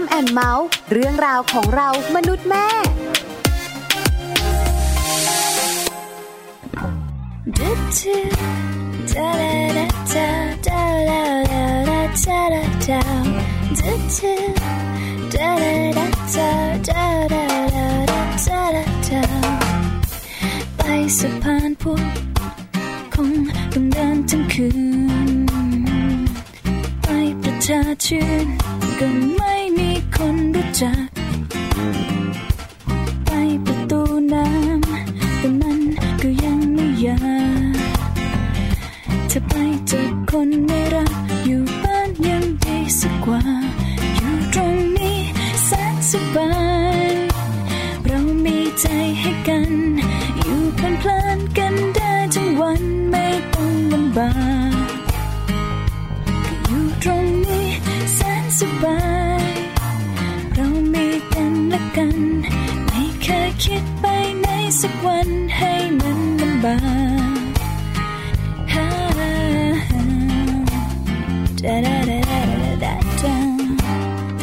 มแอนเมาส์เรื่องราวของเรามนุษย์แม่ ไปสะพานพุทธคงต้องเดินทั้งคืน ไปประชาชื่นก็ไม่มีคนรู้จัก ไปประตูน้ำแต่มันก็ยังไม่อยากจะไปเจอคนไม่รัก อยู่บ้านยังดีสักกว่า อยู่ตรงนี้แสนสบาย เรามีใจให้กัน อยู่เพลินเพลินๆกันได้ทั้งวันไม่ต้องลำบาก อยู่ตรงนี้แสนสบาย เรามีกันและกัน ไม่เคยคิดไปไหนสักวันให้มันลำบากฮ่าฮ่าฮ่าดาดาดาดาดาดา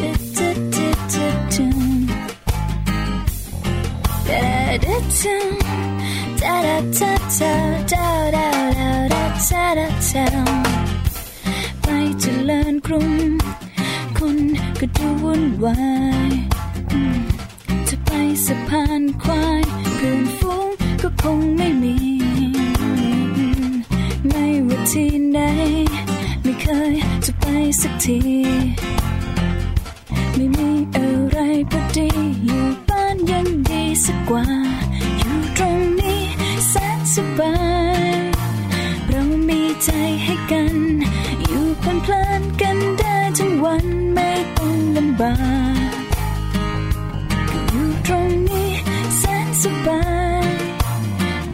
ดึดดึดดึดดึดดึงดาดาดึงดาดาดาดาดาดาดาดาดาดา ไปเจริญกรุงคนก็ดูวุ่นวายอืมจะไปสะพานควายเพื่อนฝูงก็คงไม่มี ไม่ว่าที่ไหนไม่เคยจะไปสักที ไม่มีอะไรพอดี อยู่บ้านยังดีสักกว่า อยู่ตรงนี้แสนสบาย เรามีใจให้กัน อยู่เพลินเพลินๆกันได้ทั้งวันไม่ต้องลำบากอยู่ตรงนี้แสนสบาย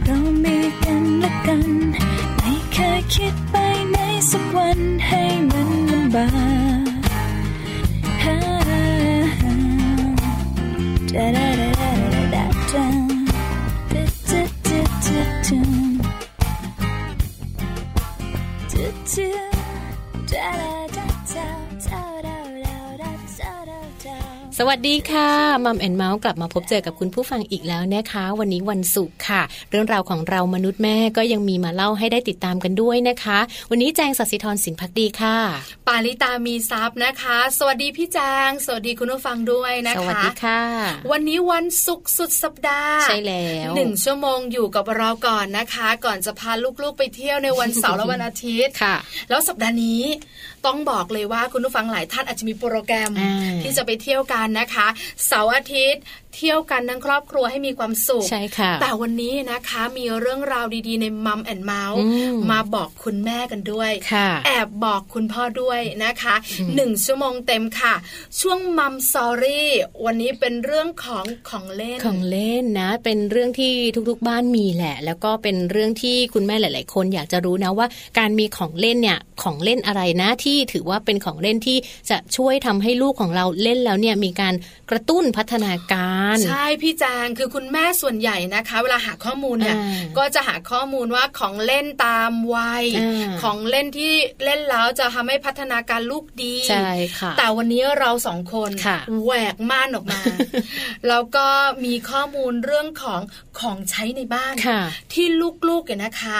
เรามีกันและกัน ไม่เคยคิดไปในสักวันให้มันลำบากฮ่าฮ่าฮ่าดาดาดาดาดาดาดาดาดาดาดา สวัสดีค่ะมัมแอนเมาส์กลับมาพบเจอกับคุณผู้ฟังอีกแล้วนะคะ วันนี้วันศุกร์ค่ะ เรื่องราวของเรามนุษย์แม่ก็ยังมีมาเล่าให้ได้ติดตามกันด้วยนะคะ วันนี้แจงสัตย์สิทธรสินพักดีค่ะ ปาลิตามีซับนะคะ สวัสดีพี่แจง สวัสดีคุณผู้ฟังด้วยนะ ส คะ วัสดีค่ะ วันนี้วันศุกร์สุดสัปดาห์ ใช่แล้ว หนึ่งชั่วโมงอยู่กับเราก่อนนะคะ ก่อนจะพาลูกๆไปเที่ยวในวันเสา ร์และวันอาทิตย์ ค่ะ แล้วสัปดาห์นี้ต้องบอกเลยว่าคุณผู้ฟังหลายท่านอาจจะมีโปรแกรม อ่า ที่จะไปเที่ยวกันนะคะ เสาร์อาทิตย์ เที่ยวกันทั้งครอบครัวให้มีความสุข ใช่ค่ะ แต่วันนี้นะคะมีเรื่องราวดีๆ ในมัมแอนเมาส์ อืม มาบอกคุณแม่กันด้วย ค่ะ แอบบอกคุณพ่อด้วยนะคะหนึ่งชั่วโมงเต็มค่ะ ช่วงมัมซอรี่วันนี้เป็นเรื่องของของเล่น ของเล่นนะ เป็นเรื่องที่ทุกๆบ้านมีแหละ แล้วก็เป็นเรื่องที่คุณแม่หลาย ๆ คนอยากจะรู้นะว่า การมีของเล่นเนี่ยของเล่นอะไรนะที่ถือว่าเป็นของเล่นที่จะช่วยทำให้ลูกของเราเล่นแล้วเนี่ยมีการกระตุ้นพัฒนาการ ใช่พี่จางคือคุณแม่ส่วนใหญ่นะคะ เวลาหาข้อมูลเนี่ย อ่า ก็จะหาข้อมูลว่าของเล่นตามวัย อ่า ของเล่นที่เล่นแล้วจะทำให้พัฒนาการลูกดี ใช่ค่ะ แต่วันนี้เราสองคน ค่ะ แหวกม่านอ อกมา แล้วก็มีข้อมูลเรื่องของของใช้ในบ้าน ค่ะ ที่ลูกๆเนี่ยนะคะ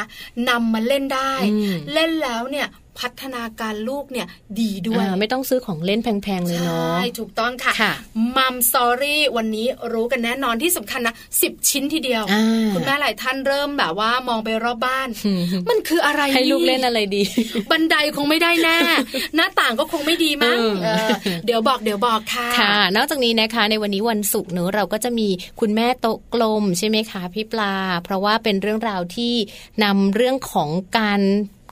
นำมาเล่นได้ อืม เล่นแล้วเนี่ยพัฒนาการลูกเนี่ยดีด้วย อ่าไม่ต้องซื้อของเล่นแพง ๆ เลยเนาะ ใช่ ถูกต้องค่ะ ค่ะ มัมสอรี่วันนี้รู้กันแน่นอนที่สำคัญนะ10 ชิ้นทีเดียว อ่า คุณแม่หลายท่านเริ่มแบบว่ามองไปรอบบ้าน มันคืออะไร ให้ลูกเล่นอะไรดี บันไดคงไม่ได้ แน่ หน้าต่างก็คงไม่ดีมั้ง เออ เออเดี๋ยวบอกเดี๋ยวบอกค่ะ ค่ะ นอกจากนี้นะคะ ในวันนี้วันศุกร์เนอะเราก็จะมีคุณแม่โต๊ะกลมใช่ไหมคะพี่ปลา เพราะว่าเป็นเรื่องราวที่นำเรื่องของการ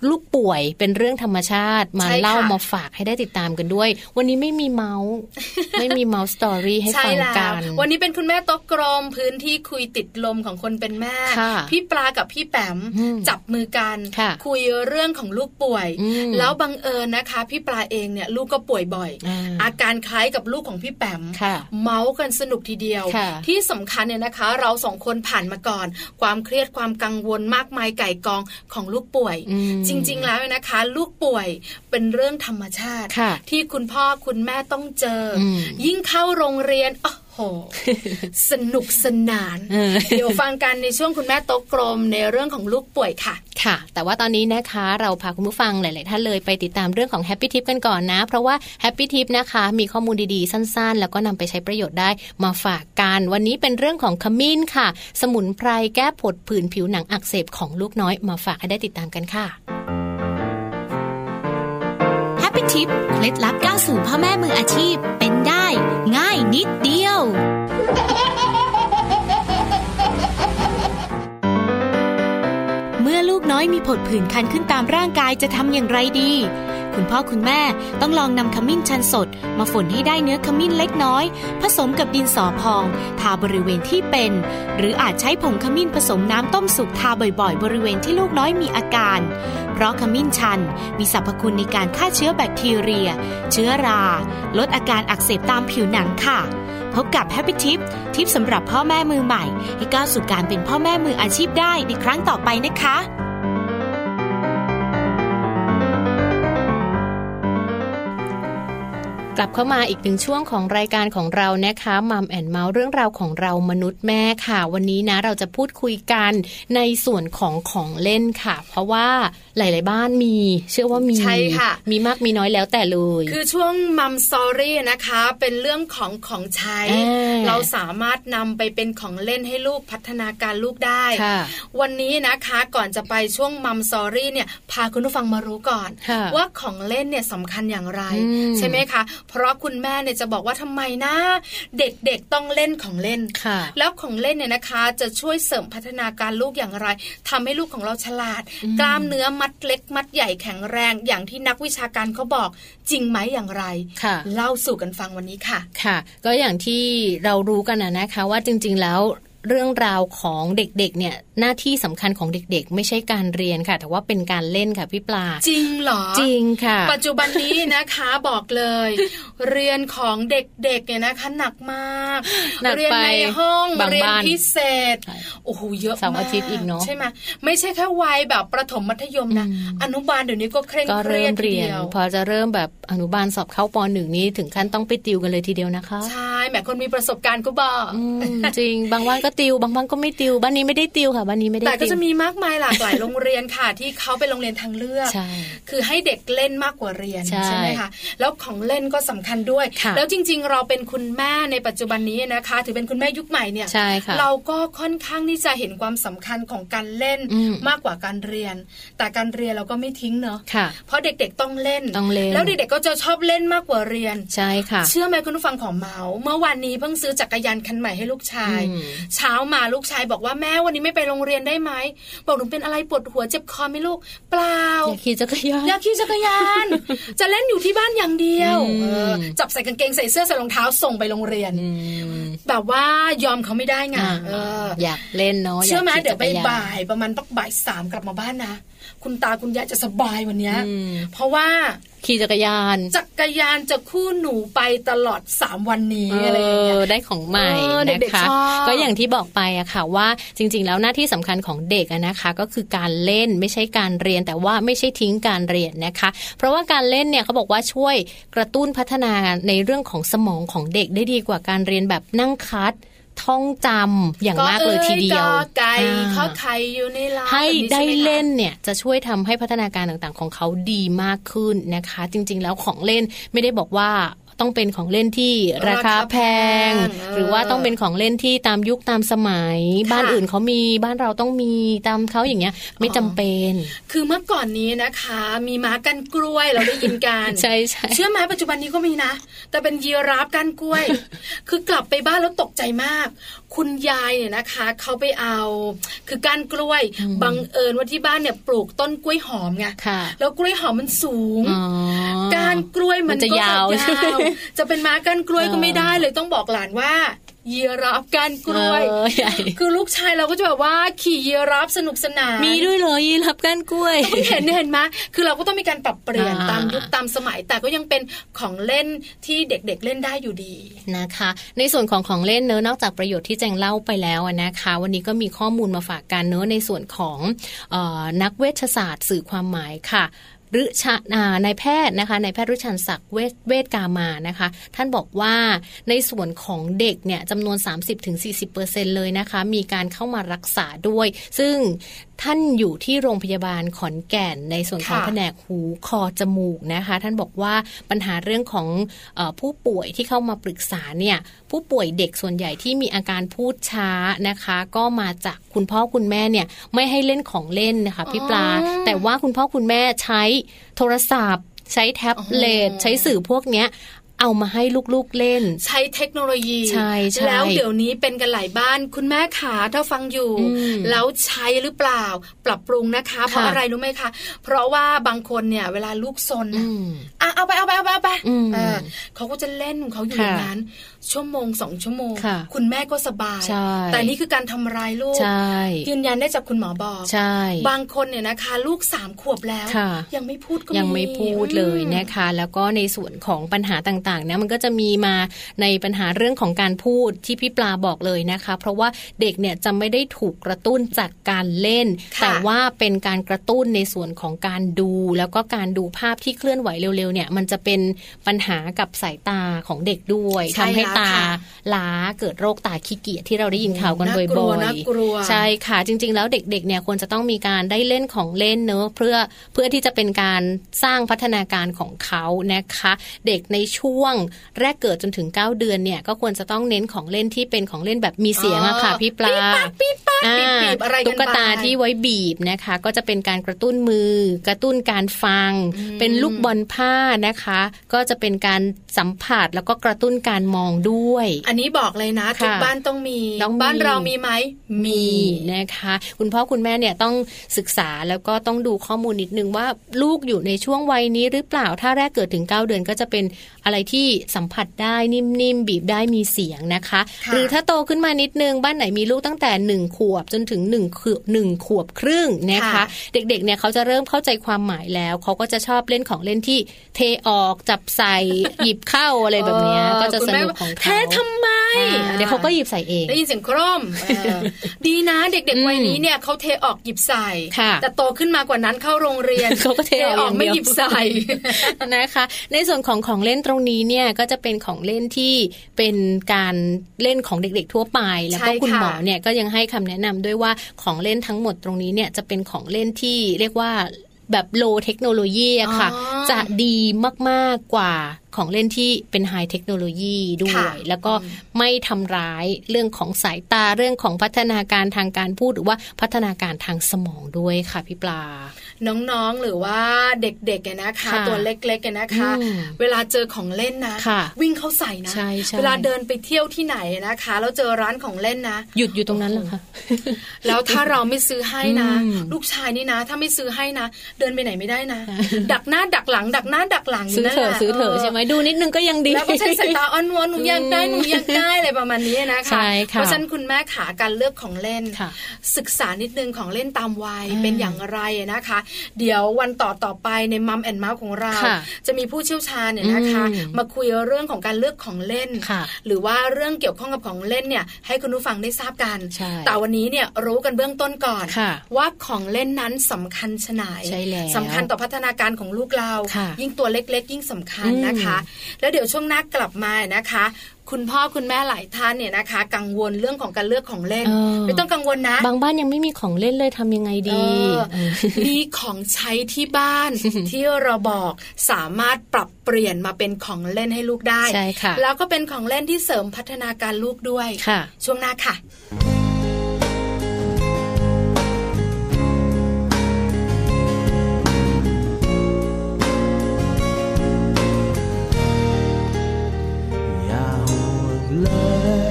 ลูกป่วยเป็นเรื่องธรรมชาติ มา ใช่ค่ะ เล่ามาฝากให้ได้ติดตามกันด้วย วันนี้ไม่มีเมาส์ ไม่มีเมาส์สตอรี่ให้ ใช่ ฟัง แล้ว กัน วันนี้เป็นคุณแม่โต๊ะกลมพื้นที่คุยติดลมของคนเป็นแม่ ค่ะ พี่ปลากับพี่แปม อืม จับมือกัน ค่ะ ยเรื่องของลูกป่วย อืม แล้วบังเอิญนะคะ พี่ปลาเองเนี่ยลูกก็ป่วยบ่อย อ่า อาการคล้ายกับลูกของพี่แปม ค่ะ เมาส์กันสนุกทีเดียว ค่ะ ที่สำคัญเนี่ยนะคะ เราสองคนผ่านมาก่อน ความเครียดความกังวลมากมายไก่กองของลูกป่วย อืม จ จริง ๆ แล้วนะคะ ลูกป่วยเป็นเรื่องธรรมชาติ ค่ะ ที่คุณพ่อคุณแม่ต้องเจออ ม ยิ่งเข้าโรงเรียนโอ้ โห สนุกสนาน เออ เดี๋ยวฟังกันในช่วงคุณแม่โต๊ะกลมในเรื่องของลูกป่วยค่ะ ค่ะ แต่ว่าตอนนี้นะคะเราพาคุณผู้ฟังหลาย ๆ ท่านเลยไปติดตามเรื่องของ Happy Tip กันก่อนนะ เพราะว่า Happy Tip นะคะมีข้อมูลดี ๆ สั้น ๆ แล้วก็นำไปใช้ประโยชน์ได้มาฝากกัน วันนี้เป็นเรื่องของขมิ้นค่ะ สมุนไพรแก้ผดผื่นผิวหนังอักเสบของลูกน้อยมาฝากให้ได้ติดตามกันค่ะ แฮปปี้ทิปเคล็ดลับก้าวสู่พ่อแม่มืออาชีพเป็นได้ ง่ายนิดเดียว เมื่อลูกน้อยมีผดผื่นคันขึ้นตามร่างกายจะทำอย่างไรดี คุณพ่อคุณแม่ต้องลองนำขมิ้นชันสด มาฝนให้ได้เนื้อขมิ้นเล็กน้อย ผสมกับดินสอพอง ทาบริเวณที่เป็น หรืออาจใช้ผงขมิ้นผสมน้ำต้มสุกทาบ่อยๆ บริเวณที่ลูกน้อยมีอาการ เพราะขมิ้นชันมีสรรพคุณในการฆ่าเชื้อแบคทีเรีย เชื้อรา ลดอาการอักเสบตามผิวหนังค่ะ พบกับแฮปปี้ทิปทิปสำหรับพ่อแม่มือใหม่ ให้ก้าวสู่การเป็นพ่อแม่มืออาชีพได้ในครั้งต่อไปนะคะ กลับเข้ามาอีกหนึ่งช่วงของรายการของเรานะคะมัมแอนเมาส์เรื่องราวของเรามนุษย์แม่ค่ะ วันนี้นะเราจะพูดคุยกันในส่วนของของเล่นค่ะ เพราะว่าหลาย ๆ บ้านมี เชื่อว่ามี ใช่ค่ะ มีมากมีน้อยแล้วแต่เลย คือช่วงมัมซอรี่นะคะ เป็นเรื่องของของใช้ อ่า เราสามารถนำไปเป็นของเล่นให้ลูกพัฒนาการลูกได้ ค่ะ วันนี้นะคะก่อนจะไปช่วงมัมซอรี่เนี่ยพาคุณผู้ฟังมารู้ก่อน ค่ะ ว่าของเล่นเนี่ยสำคัญอย่างไร อืม ใช่ไหมคะ เพราะคุณแม่เนี่ยจะบอกว่าทำไมนะ เด็กๆต้องเล่นของเล่น ค่ะ แล้วของเล่นเนี่ยนะคะจะช่วยเสริมพัฒนาการลูกอย่างไรทำให้ลูกของเราฉลาด กล้ามเนื้อมัดเล็ก มัดใหญ่แข็งแรงอย่างที่นักวิชาการเขาบอกจริงไหมอย่างไร ค่ะ เล่าสู่กันฟังวันนี้ค่ะ ค่ะ ก็อย่างที่เรารู้กันนะนะคะว่าจริง ๆ แล้วเรื่องราวของเด็ก ๆ เนี่ยหน้าที่สำคัญของเด็ก ๆ ไม่ใช่การเรียนค่ะ แต่ว่าเป็นการเล่นค่ะพี่ปลา จริงเหรอ จริงค่ะ ปัจจุบันนี้นะคะบอกเลย เรียนของเด็กๆเนี่ยนะคะหนักมาก หนักไป เรีนในห้อง บาง เรียน บ้าน พิเศษโอ้โหเยอะมาก เสาร์อาทิตย์อีกเนอะ ใช่ไหมไม่ใช่แค่วัยแบบประถมมัธยมนะ อืม อนุบาลเดี๋ยวนี้ก็เคร่ง ก็ เครี เริ่ ยด ม ที เรียน เดียว พอจะเริ่มแบบอนุบาลสอบเข้าปหนึ่งนี้ถึงขั้นต้องไปติวกันเลยทีเดียวนะคะ ใช่แหมคนมีประสบการณ์ก็บอก อืมจริง บางวันก็ติว บางวันก็ไม่ติว บ้านนี้ไม่ได้ติวค่ะ บ้านนี้ไม่ได้ แต่ก็ ติว จะมีมากมายหลากหลาย โรงเรียนค่ะ ที่เขาเป็นโรงเรียนทางเลือก ใช่ คือให้เด็กเล่นมากกว่าเรียน ใช่ ไหมคะแล้วของเล่นก็สำคัญด้วย ค่ะ แล้วจริง ๆ เราเป็นคุณแม่ในปัจจุบันนี้นะคะ ถือเป็นคุณแม่ยุคใหม่เนี่ย ใช่ค่ะ เราก็ค่อนข้างที่จะเห็นความสำคัญของการเล่น อืม มากกว่าการเรียน แต่การเรียนเราก็ไม่ทิ้งเนอะ ค่ะ เพราะเด็กๆต้องเล่น ต้องเล่น แล้วเด็กๆก็จะชอบเล่นมากกว่าเรียน ใช่ค่ะ เชื่อไหมคุณผู้ฟังของเมาส์เมื่อวานนี้เพิ่งซื้อจักรยานคันใหม่ให้ลูกชาย อืม เช้ามาลูกชายบอกว่าแม่วันนี้ไม่ไปโรงเรียนได้ไหมบอกหนูเป็นอะไรปวดหัวเจ็บคอไหมลูก เปล่า อยากขี่จักรยาน อยากขี่จักรยาน จะเล่นอยู่ที่บ้านอย่างเดียว อืม เออจับใส่กางเกงใส่เสื้อใส่รองเท้าส่งไปโรงเรียน อืม แบบว่ายอมเขาไม่ได้ไง อ่า เอออ อยากเล่นเนาะ เชื่อไหม ากขี่ เดี๋ยว จักรน บ่ายๆประมาณปักบ่ายสามกลับมาบ้านนะคุณตาคุณยายจะสบายวันเนี้ย อืม เพราะว่า ขี่จักรยาน จักรยานจะคู่หนูไปตลอด 3 วันนี้อะไรอย่าง เอ เงี้ อย ได้ของใหม่ เออ นะ เด็ก คะ ๆชอบ ก็อย่างที่บอกไปอะค่ะว่าจริง ๆ แล้วหน้าที่สำคัญของเด็กอะนะคะ ก็คือการเล่นไม่ใช่การเรียนแต่ว่าไม่ใช่ทิ้งการเรียนนะคะ เพราะว่าการเล่นเนี่ยเขาบอกว่าช่วยกระตุ้นพัฒนาในเรื่องของสมองของเด็กได้ดีกว่าการเรียนแบบนั่งคัดท่องจำอย่างมากเลยทีเดียว ก็ไก่ อ่า ข้อไข่อยู่ในร้าน ให้ แบบ ได้ ช่หมคะ เล่นเนี่ยจะช่วยทำให้พัฒนาการต่างๆ ของเขาดีมากขึ้นนะคะ จริงๆ แล้วของเล่นไม่ได้บอกว่าต้องเป็นของเล่นที่ราคาแพง หรือว่าต้องเป็นของเล่นที่ตามยุคตามสมัย บ้านอื่นเขามีบ้านเราต้องมีตามเขาอย่างเงี้ย ไม่จำเป็น คือเมื่อก่อนนี้นะคะ มีม้ากันกล้วยเราได้ยินกัน ใช่ใช่ เชื่อไหมปัจจุบันนี้ก็มีนะ แต่เป็นยีราฟกันกล้วย คือกลับไปบ้านแล้วตกใจมาก คุณยายเนี่ยนะคะเขาไปเอา คือก้านกล้วยบังเอิญว่าที่บ้านเนี่ยปลูกต้นกล้วยหอมไง ค่ะ แล้วกล้วยหอมมันสูง อ๋อ ก้านกล้วยมัน มันจะ ก็ ยาว จะยาว จะเป็นม้าก้านกล้วย เออ ก็ไม่ได้เลยต้องบอกหลานว่า ยีราฟก้านกล้วย เออใหญ่ คือลูกชายเราก็จะแบบว่าขี่ยีราฟสนุกสนาน มีด้วยเหรอยีรับก้านกล้วย เพิ่งเห็นเห็นไหมคือเราก็ต้องมีการปรับเปลี่ยน อ่า ตามยุคตามสมัย แต่ก็ยังเป็นของเล่นที่เด็กๆเล่นได้อยู่ดี นะคะ ในส่วนของของเล่นเนอะนอกจากประโยชน์ที่แจงเล่าไปแล้วอะนะคะ วันนี้ก็มีข้อมูลมาฝากกันเนอะในส่วนของเออนักเวชศาสตร์สื่อความหมายค่ะฤชาอ่านายแพทย์นะคะนายแพทย์รุชันศักดิ์เวชเวชกามานะคะ ท่านบอกว่าในส่วนของเด็กเนี่ยจำนวน 30-40%เลยนะคะ มีการเข้ามารักษาด้วย ซึ่งท่านอยู่ที่โรงพยาบาลขอนแก่นในส่วนของ ค่ะ แผนกหูคอจมูกนะคะ ท่านบอกว่าปัญหาเรื่องของเออผู้ป่วยที่เข้ามาปรึกษาเนี่ยผู้ป่วยเด็กส่วนใหญ่ที่มีอาการพูดช้านะคะ ก็มาจากคุณพ่อคุณแม่เนี่ยไม่ให้เล่นของเล่นนะคะพี่ปลา แต่ว่าคุณพ่อคุณแม่ใช้โทรศัพท์ ใช้แท็บเล็ตใช้สื่อพวกเนี้ยเอามาให้ลูกๆเล่น ใช้เทคโนโลยี ใช่ใช่ แล้วเดี๋ยวนี้เป็นกันหลายบ้าน คุณแม่ขาถ้าฟังอยู่ อืม แล้วใช้หรือเปล่า ปรับปรุงนะคะ เพราะ ค่ะ อะไรรู้ไหมคะ เพราะว่าบางคนเนี่ย เวลาลูกซน อื น่ะ ม อ่ะเอาไปเอาไปเอาไปเอาไป อืม เออเขาก็จะเล่นของเขาอยู่อ ค่ะ ย่างนั้น ชั่วโมงสองชั่วโมง ค่ะ ณแม่ก็สบาย ใช่ แต่นี่คือการทำร้ายลูก ใช่ ยืนยันได้จากคุณหมอบอก ใช่ บางคนเนี่ยนะคะ ลูกสามขวบแล้ว ค่ะ ยังไม่พูดก็ ยังไม่พูดเลย อืม นะคะ แล้วก็ในส่วนของปัญหาต่างๆนะมันก็จะมีมาในปัญหาเรื่องของการพูดที่พี่ปลาบอกเลยนะคะ เพราะว่าเด็กเนี่ยจะไม่ได้ถูกกระตุ้นจากการเล่น ค่ะ แต่ว่าเป็นการกระตุ้นในส่วนของการดู แล้วก็การดูภาพที่เคลื่อนไหวเร็วๆเนี่ยมันจะเป็นปัญหากับสายตาของเด็กด้วย ใช่ ทำให้ แล้ว ตา ค่ะ ล้าเกิดโรคตาขี้เกียจที่เราได้ยินข่าวกัน น่า บ่ กลัว อยๆ น่ากลัว ใช่ ใช่ค่ะจริงๆแล้วเด็กๆเนี่ยควรจะต้องมีการได้เล่นของเล่นเนอะเพื่อเพื่อที่จะเป็นการสร้างพัฒนาการของเขานะคะ เด็กในช่วงแรกเกิดจนถึง 9 เดือนเนี่ยก็ควรจะต้องเน้นของเล่นที่เป็นของเล่นแบบมีเสียงอะค่ะ พี่ปลา ปี๊บปั๊บ อ่า ปี๊บปั๊บปี๊บปี๊บอะไรกัน ตุ๊กตา ไป ที่ไว้บีบนะคะ ก็จะเป็นการกระตุ้นมือ กระตุ้นการฟัง เป็นลูกบอลผ้านะคะ ก็จะเป็นการสัมผัสแล้วก็กระตุ้นการมองด้วย อันนี้บอกเลยนะ ค่ะ ทุกบ้านต้องมี ต้องมี บ้านเรามีไหม มีนะคะ คุณพ่อคุณแม่เนี่ยต้องศึกษาแล้วก็ต้องดูข้อมูลนิดนึงว่าลูกอยู่ในช่วงวัยนี้หรือเปล่าถ้าแรกเกิดถึง 9 เดือนก็จะเป็นอะไรที่สัมผัสได้นิ่มๆ บีบได้มีเสียงนะคะ หรือถ้าโตขึ้นมานิดนึง บ้านไหนมีลูกตั้งแต่ 1 ขวบจนถึง1ขวบ1ขวบครึ่งนะคะ เด็กๆเนี่ยเขาจะเริ่มเข้าใจความหมายแล้ว เขาก็จะชอบเล่นของเล่นที่เทออกจับใส่ หยิบเข้าอะไรแบบเนี้ย เออ ก็จะ คุณ ส แม่ นุกของเขา แท้ทำไม อ่าเดี๋ยวเขาก็หยิบใส่เอง ได้ยินเสียงโครมเออดีนะเด็ก อืม ๆวัยนี้เนี่ยเขาเทออกหยิบใส่ ค่ะ แต่โตขึ้นมากว่านั้นเข้าโรงเรียน เขาก็เทออก ออกไม่ อย่างเดียว หยิบใส่ นะคะในส่วนของของเล่นตรงนี้เนี่ยก็จะเป็นของเล่นที่เป็นการเล่นของเด็กๆทั่วไป แล้วก็ ใช่ค่ะ คุณหมอเนี่ยก็ยังให้คำแนะนำด้วยว่าของเล่นทั้งหมดตรงนี้เนี่ยจะเป็นของเล่นที่เรียกว่าแบบโลเทคโนโลยีอะค่ะ อ๋อ จะดีมากๆกว่าของเล่นที่เป็นไฮเทคโนโลยีด้วย ค่ะ แล้วก็ไม่ทำร้ายเรื่องของสายตาเรื่องของพัฒนาการทางการพูดหรือว่าพัฒนาการทางสมองด้วยค่ะพี่ปลา น้องๆหรือว่าเด็กๆเนี่ยนะคะ ค่ะ ตัวเล็กๆเนี่ยนะคะ อืม เวลาเจอของเล่นนะ ค่ะ วิ่งเข้าใส่นะ ใช่ใช่ เวลาเดินไปเที่ยวที่ไหนนะคะแล้วเจอร้านของเล่นนะ หยุดอยู่ตรงนั้นเหรอคะ แล้วถ้าเราไม่ซื้อให้นะ อืม ลูกชายนี่นะ ถ้าไม่ซื้อให้นะ เดินไปไหนไม่ได้นะ ดักหน้าดักหลัง ดักหน้าดักหลัง ซื้อเถอะ นั่นแหล ซื้อเถอะใช่ไหมดูนิดนึงก็ยังดี แล้วก็ใช้สายตาอ้อนวอนหนูอยากได้หนูอยากได้อะไรประมาณนี้นะคะ ใช่ค่ะ เพราะฉะนั้นคุณแม่ขาการเลือกของเล่น ค่ะ ศึกษานิดนึงของเล่นตามวัย อ่า เป็นอย่างไรนะคะ เดี๋ยววันต่อต่อไปในมัมแอนเมาส์ของเรา ค่ะ จะมีผู้เชี่ยวชาญเนี่ยนะคะ อืม มาคุยเรื่องของการเลือกของเล่น ค่ะ หรือว่าเรื่องเกี่ยวข้องกับของเล่นเนี่ยให้คุณผู้ฟังได้ทราบกัน ใช่ แต่วันนี้เนี่ยรู้กันเบื้องต้นก่อน ค่ะ ว่าของเล่นนั้นสำคัญชะไหน ใช่แล้ว สำคัญต่อพัฒนาการของลูกเรา ค่ะ ยิ่งตัวเล็กๆ ยิ่งสำคัญ อืม นะคะ แล้วเดี๋ยวช่วงหน้ากลับมานะคะ คุณพ่อคุณแม่หลายท่านเนี่ยนะคะ กังวลเรื่องของการเลือกของเล่น เออ ไม่ต้องกังวลนะ บางบ้านยังไม่มีของเล่นเลยทำยังไง เอ ดี อ เออ มีของใช้ที่บ้าน ที่เราบอกสามารถปรับเปลี่ยนมาเป็นของเล่นให้ลูกได้ ใช่ค่ะ แล้วก็เป็นของเล่นที่เสริมพัฒนาการลูกด้วย ค่ะ ช่วงหน้าค่ะ อย่าห่วงเล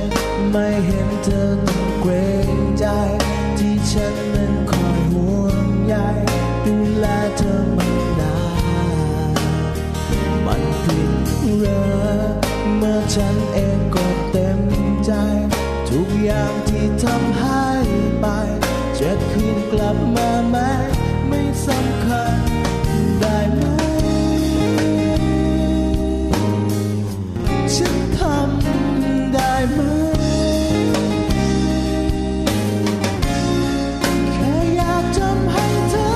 ย ไม่เห็นเธอต้องเกรงใจ ที่ฉันนั้นคอยห่วงใยดูแลเธอมานานมันผิดเหรอเมื่อฉันเองก็เต็มใจ ทุกอย่างที่ทำหายไป จะคืนกลับมาไหม ไม่สำคัญได้ไหม ฉันทำได้ไหม แค่อยากทำให้เธอ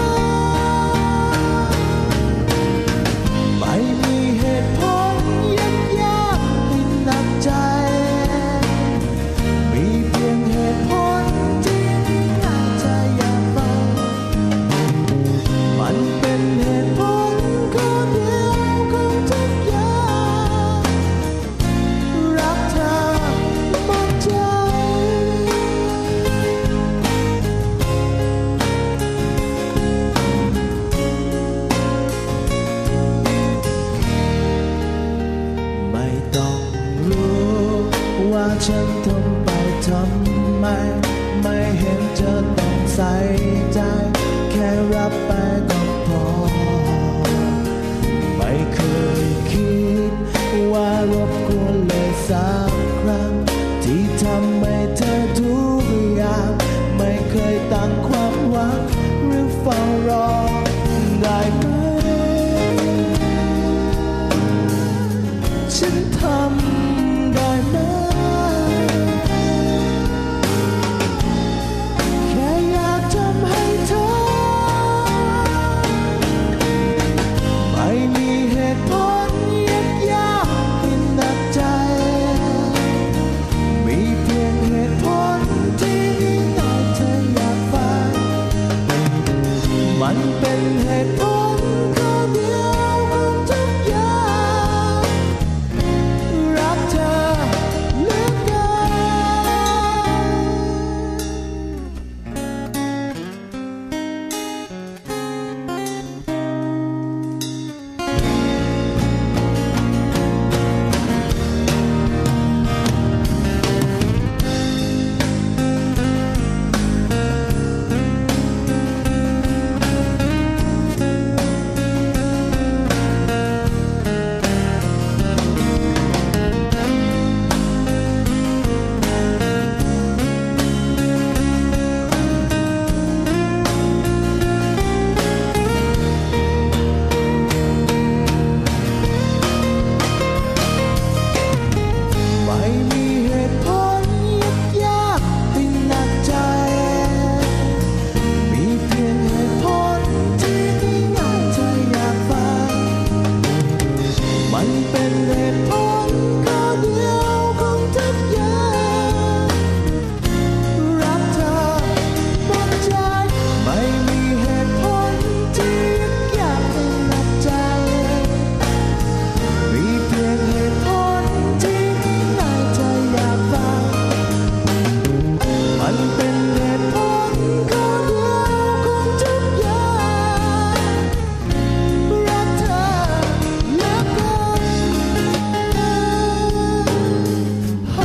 ไม่มีเหตุผลยับยั้งให้หนักใจ มีเพียงเหตุผลที่น่าจะอยากฟัง มันเป็นเหตุผลข้อเดียวของทุกอย่าง รักเธอหมดใจ ไม่ต้องรู้ว่าฉันทำไปทำไม ไม่เห็นเธอต้องใส่ใจ แค่รับไปก็พอ ไม่เคยคิดว่ารบกวนเลยสักครั้ง ที่ทำให้เธอทุกอย่าง ไม่เคยตั้งความหวังหรือเฝ้ารอได้ไหม ฉันทำได้ไหม แค่อยากทำให้เธอ ไม่มีเหตุผลยับยั้งให้หนักใจ มีเพียงเหตุผลที่น่าเธออยากฟัง มันเป็นเหตุผลข้อเดียวของทุกอย่าง รักเธอเหลือเกิน ไม่มีเหตุผลยับยั้งให้หนักใจ มีเพียงเหตุผลที่ไม่ง่ายจะอยากฟัง มันเป็นเหตุผลข้อเดียวของทุกอย่าง รักเธอหมดใจ ไม่มีเหตุผลที่ยับยั้งให้หนักใจ มีเพียงเหตุผลที่น่าจะอยากฟัง มันเป็นเหตุผลข้อเดียวของทุกอย่าง รักเธอเหลือเกิน Oh,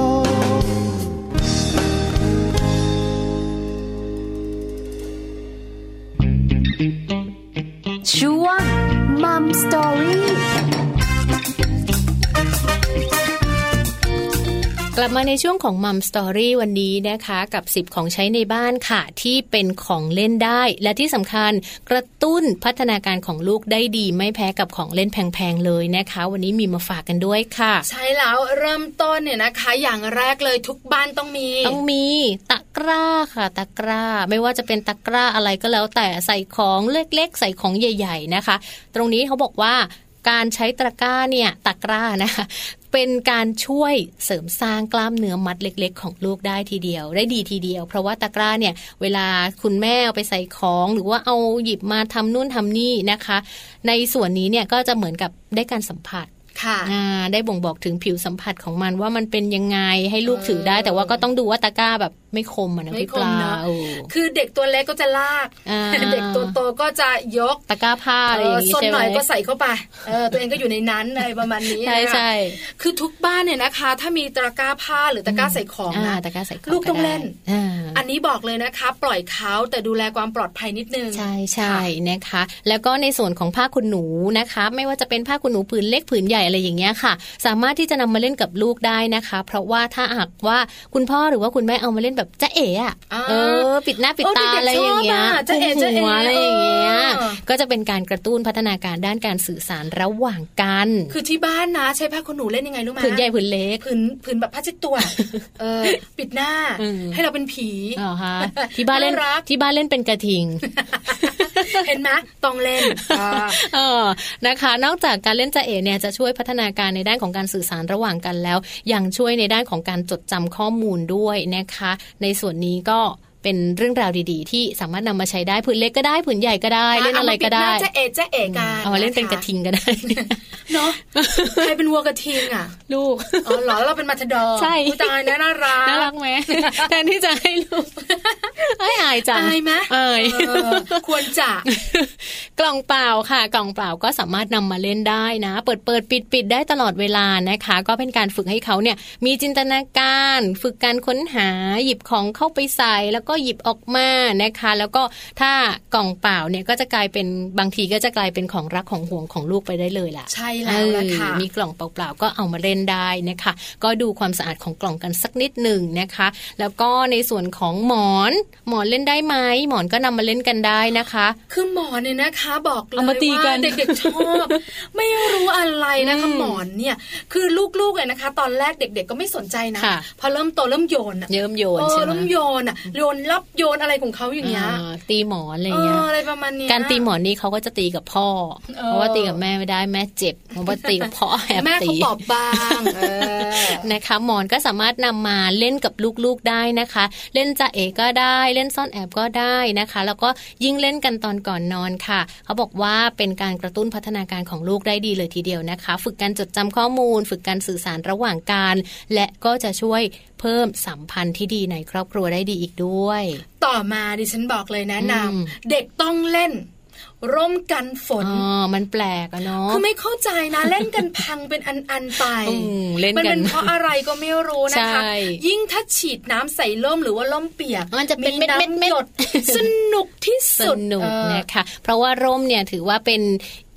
oh, oh, oh. ช่วงมัมสตอรี่ กลับมาในช่วงของมัมสตอรี่วันนี้นะคะ กับ 10 ของใช้ในบ้านค่ะ ที่เป็นของเล่นได้ และที่สำคัญกระตุ้นพัฒนาการของลูกได้ดี ไม่แพ้กับของเล่นแพงๆเลยนะคะ วันนี้มีมาฝากกันด้วยค่ะ ใช่แล้วเริ่มต้นเนี่ยนะคะ อย่างแรกเลยทุกบ้านต้องมี ต้องมีตะกร้าค่ะ ตะกร้า ไม่ว่าจะเป็นตะกร้าอะไรก็แล้วแต่ใส่ของเล็กๆ ใส่ของใหญ่ ๆนะคะ ตรงนี้เขาบอกว่าการใช้ตะกร้าเนี่ยตะกร้านะคะ เป็นการช่วยเสริมสร้างกล้ามเนื้อมัดเล็ก ๆ ของลูกได้ทีเดียว ได้ดีทีเดียว เพราะว่าตะกร้าเนี่ยเวลาคุณแม่เอาไปใส่ของ หรือว่าเอาหยิบมาทำนู่นทำนี่นะคะ ในส่วนนี้เนี่ยก็จะเหมือนกับได้การสัมผัส ค่ะ อ่าได้บ่งบอกถึงผิวสัมผัสของมันว่ามันเป็นยังไงให้ลูกถือได้ แต่ว่าก็ต้องดูว่าตะกร้าแบบ ไม่คมอ่ะนะ ไม่ พี่ ค ป ม ลา เนอะ โอ้ คือเด็กตัวเล็กก็จะลาก อ่า เด็กตัวโตก็จะยก ตะกร้าผ้าอะไรอย่าง เอ งี้ อส้น ใช่ ห ไหม น่อยก็ใส่เข้าไปเออตัวเองก็อยู่ในนั้นอะไรประมาณนี้ ใช่ นะคะ ใช่ คือทุกบ้านเนี่ยนะคะ ถ้ามีตะกร้าผ้าหรือตะกร้าใส่ของ อ่า นะ ตะกร้าใส่ของ ลูกต้อง ได้ เล่น อ่า อันนี้บอกเลยนะคะ ปล่อยเขาแต่ดูแลความปลอดภัยนิดนึง ใช่ใช่นะคะ แล้วก็ในส่วนของผ้าขนหนูนะคะ ไม่ว่าจะเป็นผ้าขนหนูผืนเล็กผืนใหญ่อะไรอย่างเงี้ยค่ะ สามารถที่จะนำมาเล่นกับลูกได้นะคะ เพราะว่าถ้าหากว่าคุณพ่อหรือว่าคุณแม่เอามาเล่นแบบจะเอ๋อะ อ่า เออ ปิดหน้าปิดตา เออเด็กๆ อะไรอย่างเงี้ย ชอบอะจ๊ะเอ๋ คุมหัว จ๊ะอะเอ๋ไรอย่างเงี้ย เออ ก็จะเป็นการกระตุ้นพัฒนาการด้านการสื่อสารระหว่างกัน คือที่บ้านนะ ใช้ผ้าขนหนูเล่นยังไงรู้ไหม ผืนใหญ่ผืนเล็ก ผืนผืนแบบผ้าเช็ดตัว เออปิดหน้า อืม ให้เราเป็นผี อ๋อฮะที่บ้านเล่น น่ารัก ที่บ้านเล่นเป็นกระทิง เห็นไหมต้องเล่นอ่า เออนะคะ นอกจากการเล่นจะเอเนี่ยจะช่วยพัฒนาการในด้านของการสื่อสารระหว่างกันแล้ว ยังช่วยในด้านของการจดจำข้อมูลด้วยนะคะ ในส่วนนี้ก็เป็นเรื่องราวดีๆ ที่สามารถนำมาใช้ได้ผืนเล็กก็ได้ผืนใหญ่ก็ได้เล่นอะไรก็ได้ เามาปิหน้าจะเอะจะเอะกัน เอามาเล่นเป็น ค กระทิง ก็ได้ เนาะใครเป็นวัวกระทิงอ่ะ ลูก อ๋อเหรอแล้วเราเป็นมาทดอร์ ใช่ อุ๊ยตายนะน่ารัก น่ารักไหม แทนที่จะให้ ลูกไอ้ยอายจัง อายไหม อาย เออควรจะ กล่องเปล่าค่ะ กล่องเปล่าก็สามารถนำมาเล่นได้นะ เปิดเปิดปิดปิดได้ตลอดเวลานะคะ ก็เป็นการฝึกให้เขาเนี่ย มีจินตนาการ ฝึกการค้นหาหยิบของเข้าไปใส่ แล้วก็หยิบออกมานะคะ แล้วก็ถ้ากล่องเปล่าเนี่ยก็จะกลายเป็นบางทีก็จะกลายเป็นของรักของห่วงของลูกไปได้เลยล่ะ ใช่แล้วล่ะค่ะ เออมีกล่องเปล่าๆก็เอามาเล่นได้นะคะ ก็ดูความสะอาดของกล่องกันสักนิดหนึ่งนะคะ แล้วก็ในส่วนของหมอน หมอนเล่นได้ไหมหมอนก็นำมาเล่นกันได้นะคะ คือหมอนเนี่ยนะคะ บอกเลย เอามาตีกัน ว่าเด็กๆชอบ ไม่รู้อะไรนะคะ อืม หมอนเนี่ย คือลูกๆเนี่ยนะคะ ตอนแรกเด็ก ๆ ก็ไม่สนใจนะ ค่ะ พอเริ่มโตเริ่มโยนอะ เยิ้มโยน เออ ใช่ไหม เริ่มโยนอ่ะโยนรับโยนอะไรของเขาอย่างเงี้ย อ่าตีหมอนอะไร เอ เงี้ย ออะไรประมาณเนี้ย การตีหมอนนี่เขาก็จะตีกับพ่อ เออ เพราะว่าตีกับแม่ไม่ได้แม่เจ็บเพราะว่าตีกับพ่อแอบ แม่ ตี เขาตอบบางเออ นะคะ หมอนก็สามารถนำมาเล่นกับลูกๆได้นะคะ เล่นจะเอก็ได้เล่นซ่อนแอบก็ได้นะคะ แล้วก็ยิ่งเล่นกันตอนก่อนนอนค่ะ เขาบอกว่าเป็นการกระตุ้นพัฒนาการของลูกได้ดีเลยทีเดียวนะคะ ฝึกการจดจำข้อมูล ฝึกการสื่อสารระหว่างการและก็จะช่วยเพิ่มสัมพันธ์ที่ดีในครอบครัวได้ดีอีกด้วย ต่อมาดิฉันบอกเลยแนะนำ อืม เด็กต้องเล่น ร่มกันฝน อ๋อ มันแปลกอะเนาะ คือไม่เข้าใจ นะ เล่นกันพังเป็นอันๆไป อืมเล่นกัน มัเป็นเพราะอะไรก็ไม่รู้นะคะ ใช่ ยิ่งถ้าฉีดน้ำใส่ล่มหรือว่าล่มเปียก มันจะเป็นเม็ดๆๆ น้ำหย ดสนุกที่ ส สุด นุก เออ นะคะ เพราะว่าร่มเนี่ยถือว่าเป็น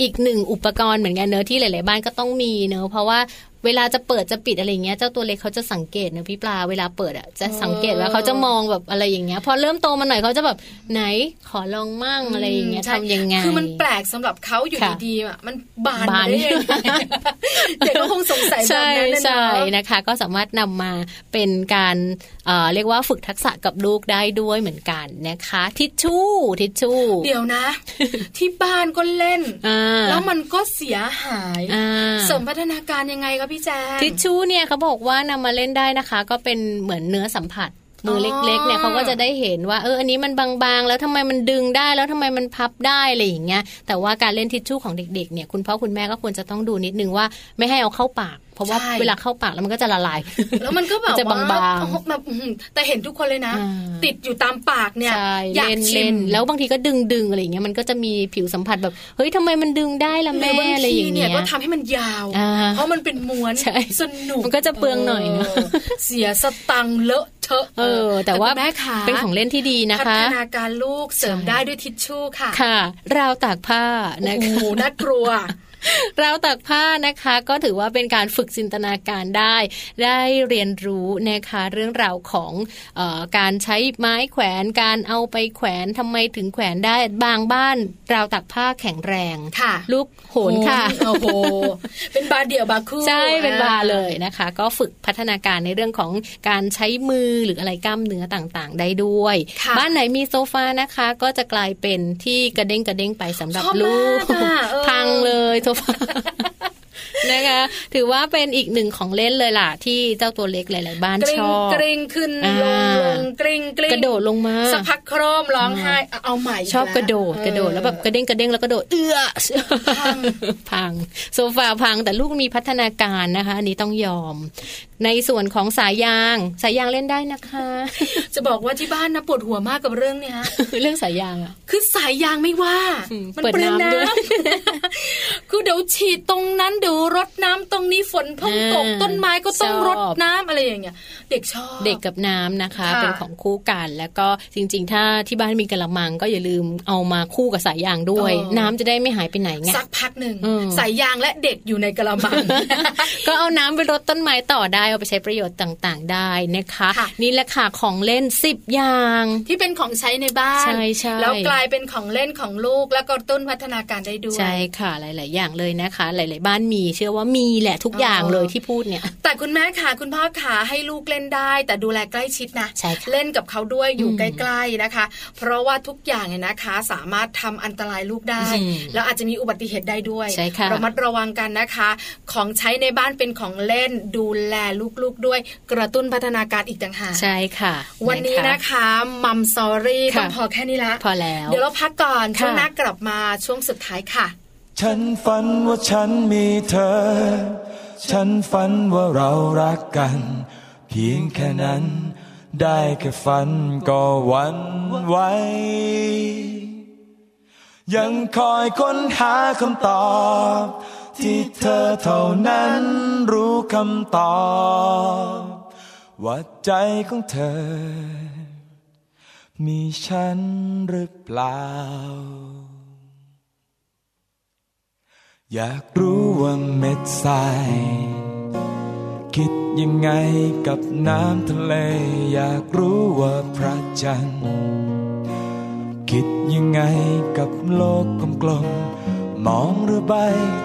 อีกหนึ่งอุปกรณ์เหมือนกันเนอะที่หลาย ๆ บ้านก็ต้องมีเนอะเพราะว่าเวลาจะเปิดจะปิดอะไรอย่างเงี้ยเจ้าตัวเล็กเขาจะสังเกตเนอะพี่ปลาเวลาเปิดอ่ะจะสังเกตว่าเขาจะมองแบบอะไรอย่างเงี้ยพอเริ่มโตมาหน่อยเขาจะแบบไหนขอลองมั่งอะไรอย่างเงี้ย ใช่ ทำยังไง คือมันแปลกสำหรับเขาอยู่ ค่ะ ดีๆอ่ะมันบาน บาน ได้ยังไงเด็กก็คงสงสัยแบบ ใช่ นั้นนะ ใช่ เนอะ นะคะ ก็สามารถนำมาเป็นการเอ่อเรียกว่าฝึกทักษะกับลูกได้ด้วยเหมือนกันนะคะ ทิชชู่ทิชชู่ เดี๋ยวนะ ที่บ้านก็เล่น อ่า แล้วมันก็เสียหาย อ่า เสริมพัฒนาการยังไงคะพี่แจง ทิชชู่เนี่ยเขาบอกว่านำมาเล่นได้นะคะ ก็เป็นเหมือนเนื้อสัมผัสมือเล็กๆเนี่ยเขาก็จะได้เห็นว่าเอออันนี้มันบางๆ แล้วทำไมมันดึงได้แล้วทำไมมันพับได้อะไรอย่างเงี้ยแต่ว่าการเล่นทิชชู่ของเด็กๆเนี่ยคุณพ่อคุณแม่ก็ควรจะต้องดูนิดนึงว่าไม่ให้เอาเข้าปาก เพราะว่า ใช่ เวลาเข้าปากแล้วมันก็จะละลาย แล้วมันก็แบบ มันจะ ว่า บางๆ โอ้โหแบบอื้อหือแต่เห็นทุกคนเลยนะ อ่า ติดอยู่ตามปากเนี่ย ใช่ อยาก เล่น ชิ เล่ ม นแล้วบางทีก็ดึงดึงๆอะไรอย่างเงี้ยมันก็จะมีผิวสัมผัสแบบเฮ้ยทำไมมันดึงได้ละ หรื แม่ อบาง อะไร ที อย่าง เนี่ เงี้ ย ย ก็ทำให้มันยาว อ่า เพราะมันเป็นม้วน ใช่ สนุก มันก็จะเปลืองหน่อยนะ เสียสตังค์เลอะเทอะ เออแต่ว่า คุณแม่ขา เป็นของเล่นที่ดีนะ พั คะ ฒนาการลูกเสริมได้ด้วยทิชชู่ค่ะ ค่ะ ราวตากผ้านะ โอ้ คะ โหน่ากลัว ราวตากผ้านะคะก็ถือว่าเป็นการฝึกจินตนาการได้ ได้เรียนรู้นะคะเรื่องราวของเออการใช้ไม้แขวนการเอาไปแขวนทำไมถึงแขวนได้บางบ้าน ราวตากผ้าแข็งแรง ค่ะ ลูกโหนค่ะ โอ้โห เป็นบาร์เดี่ยวบาร์คู่ ใช่เป็นบาร์ อ่ เลยนะคะ ก็ฝึกพัฒนาการในเรื่องของการใช้มือหรืออะไรกล้ามเนื้อต่างๆ ได้ด้วย ค่ะ บ้านไหนมีโซฟานะคะ ก็จะกลายเป็นที่กระเด้งกระเด้งไปสำหรับ ชอบมาก ลูก อะเออ พังเลยโซฟา นะคะ ถือว่าเป็นอีกหนึ่งของเล่นเลยล่ะ ที่เจ้าตัวเล็กหลาย ๆ บ้าน กริ ช ง อบ กริงขึ้น อ่า ลงลงกริงกริง กระโดดลงมา สักพักโครมร้องไห้เอาเอาใหม่ ชอบ แล้ ก ว ระโดดกระโดดแล้วแบบกระเด้งกระเด้งแล้วกระโดดเอื้ อพังโซฟาพังแต่ลูกมีพัฒนาการนะคะอันนี้ต้องยอม ในส่วนของสายยางสายยางเล่นได้นะคะ จะบอกว่าที่บ้านนะปวดหัวมากกับเรื่องเนี้ย เรื่องสายยางอะ คือสายยางไม่ว่า อืม มัน เปิด เปลือง น้ำ น้ ด้วย ำคือเดี๋ยวฉีดตรงนั้นเดี๋ยวรดน้ำตรงนี้ฝนเพิ่งตก อ่า ต้นไม้ก็ต้อง ชอบ รดน้ำอะไรอย่างเงี้ย เด็กชอบ เด็กกับน้ำนะคะ ค่ะ เป็นของคู่กันแล้วก็จริง ๆ ถ้าที่บ้านมีกระมังก็อย่าลืมเอามาคู่กับสายยางด้วย อ๋อ น้ำจะได้ไม่หายไปไหนไง สักพักหนึ่ง อืม สายยางและเด็กอยู่ในกระมัง ก็เอาน้ำไปรดต้นไม้ต่อได้เอาไปใช้ประโยชน์ต่างๆ ได้นะคะ ค่ะ นี่แหละค่ะของเล่น 10 อย่าง ที่เป็นของใช้ในบ้าน ใช่ใช่ แล้วกลายเป็นของเล่นของลูกแล้วก็กระตุ้นพัฒนาการได้ด้วย ใช่ค่ะ หลาย ๆ อย่างเลยนะคะ หลาย ๆ บ้านมี เชื่อว่ามีแหละทุกอย่าง อ๋อ เลยที่พูดเนี่ย แต่คุณแม่ค่ะ คุณพ่อค่ะให้ลูกเล่นได้ แต่ดูแลใกล้ชิดนะ ใช่ค่ะ เล่นกับเขาด้วยอยู่ อืม ใกล้ๆนะคะ เพราะว่าทุกอย่างเนี่ยนะคะ สามารถทำอันตรายลูกได้ อืม แล้วอาจจะมีอุบัติเหตุได้ด้วย ใช่ค่ะ ระมัดระวังกันนะคะ ของใช้ในบ้านเป็นของเล่น ดูแลลูกๆด้วย กระตุ้นพัฒนาการอีกต่างหาก ใช่ค่ะ วันนี้ ค นะคะมัมซอรี่ ค่ะ ต้องพอแค่นี้ละ พอแล้ว เดี๋ยวเราพักก่อน ค่ะ ช่วงหน้ากลับมาช่วงสุดท้ายค่ะ ฉันฝันว่าฉันมีเธอ ฉันฝันว่าเรารักกัน เพียงแค่นั้น ได้แค่ฝันก็หวันไหว ยังคอยค้นหาคำตอบ ที่เธอเท่านั้นรู้คำตอบ ว่าใจของเธอ มีฉันหรือเปล่า อยากรู้ว่าเม็ดทราย คิดยังไงกับน้ำทะเล อยากรู้ว่าพระจันทร์ คิดยังไงกับโลกกลมๆมองเรือใบ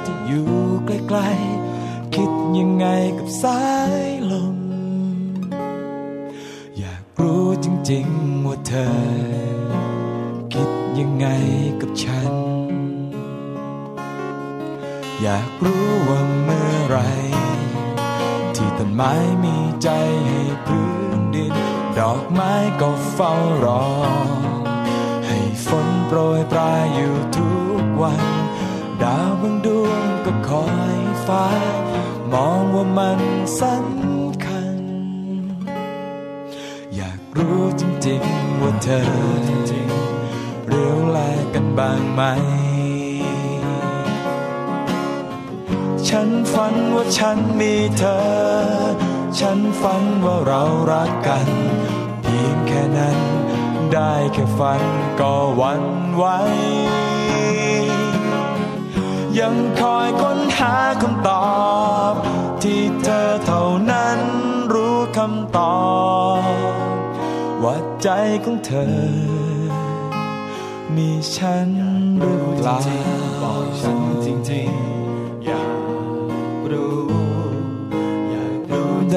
ที่อยู่ใกล้ๆ คิดยังไงกับสายลม อยากรู้จริงๆว่าเธอ คิดยังไงกับฉัน อยากรู้ว่าเมื่อไหรที่ต้นไม้มีใจให้พื้นดิน ดอกไม้ก็เฝ้ารอ ให้ฝนโปรยปลายอยู่ทุกวัน ดาวบางดวงก็คอยฟ้า มองว่ามันสำคัญ อยากรู้จริงๆว่าเธอเรียวแลกันบ้างไหม ฉันฝันว่าฉันมีเธอ ฉันฝันว่าเรารักกัน เพียงแค่นั้น ได้แค่ฝันก็หวันไหว ยังคอยค้นหาคำตอบ ที่เธอเท่านั้นรู้คำตอบ ว่าใจของเธอ มีฉันหรือเปล่า บอกฉันจริงๆ อยากรู้ อยากรู้จ ได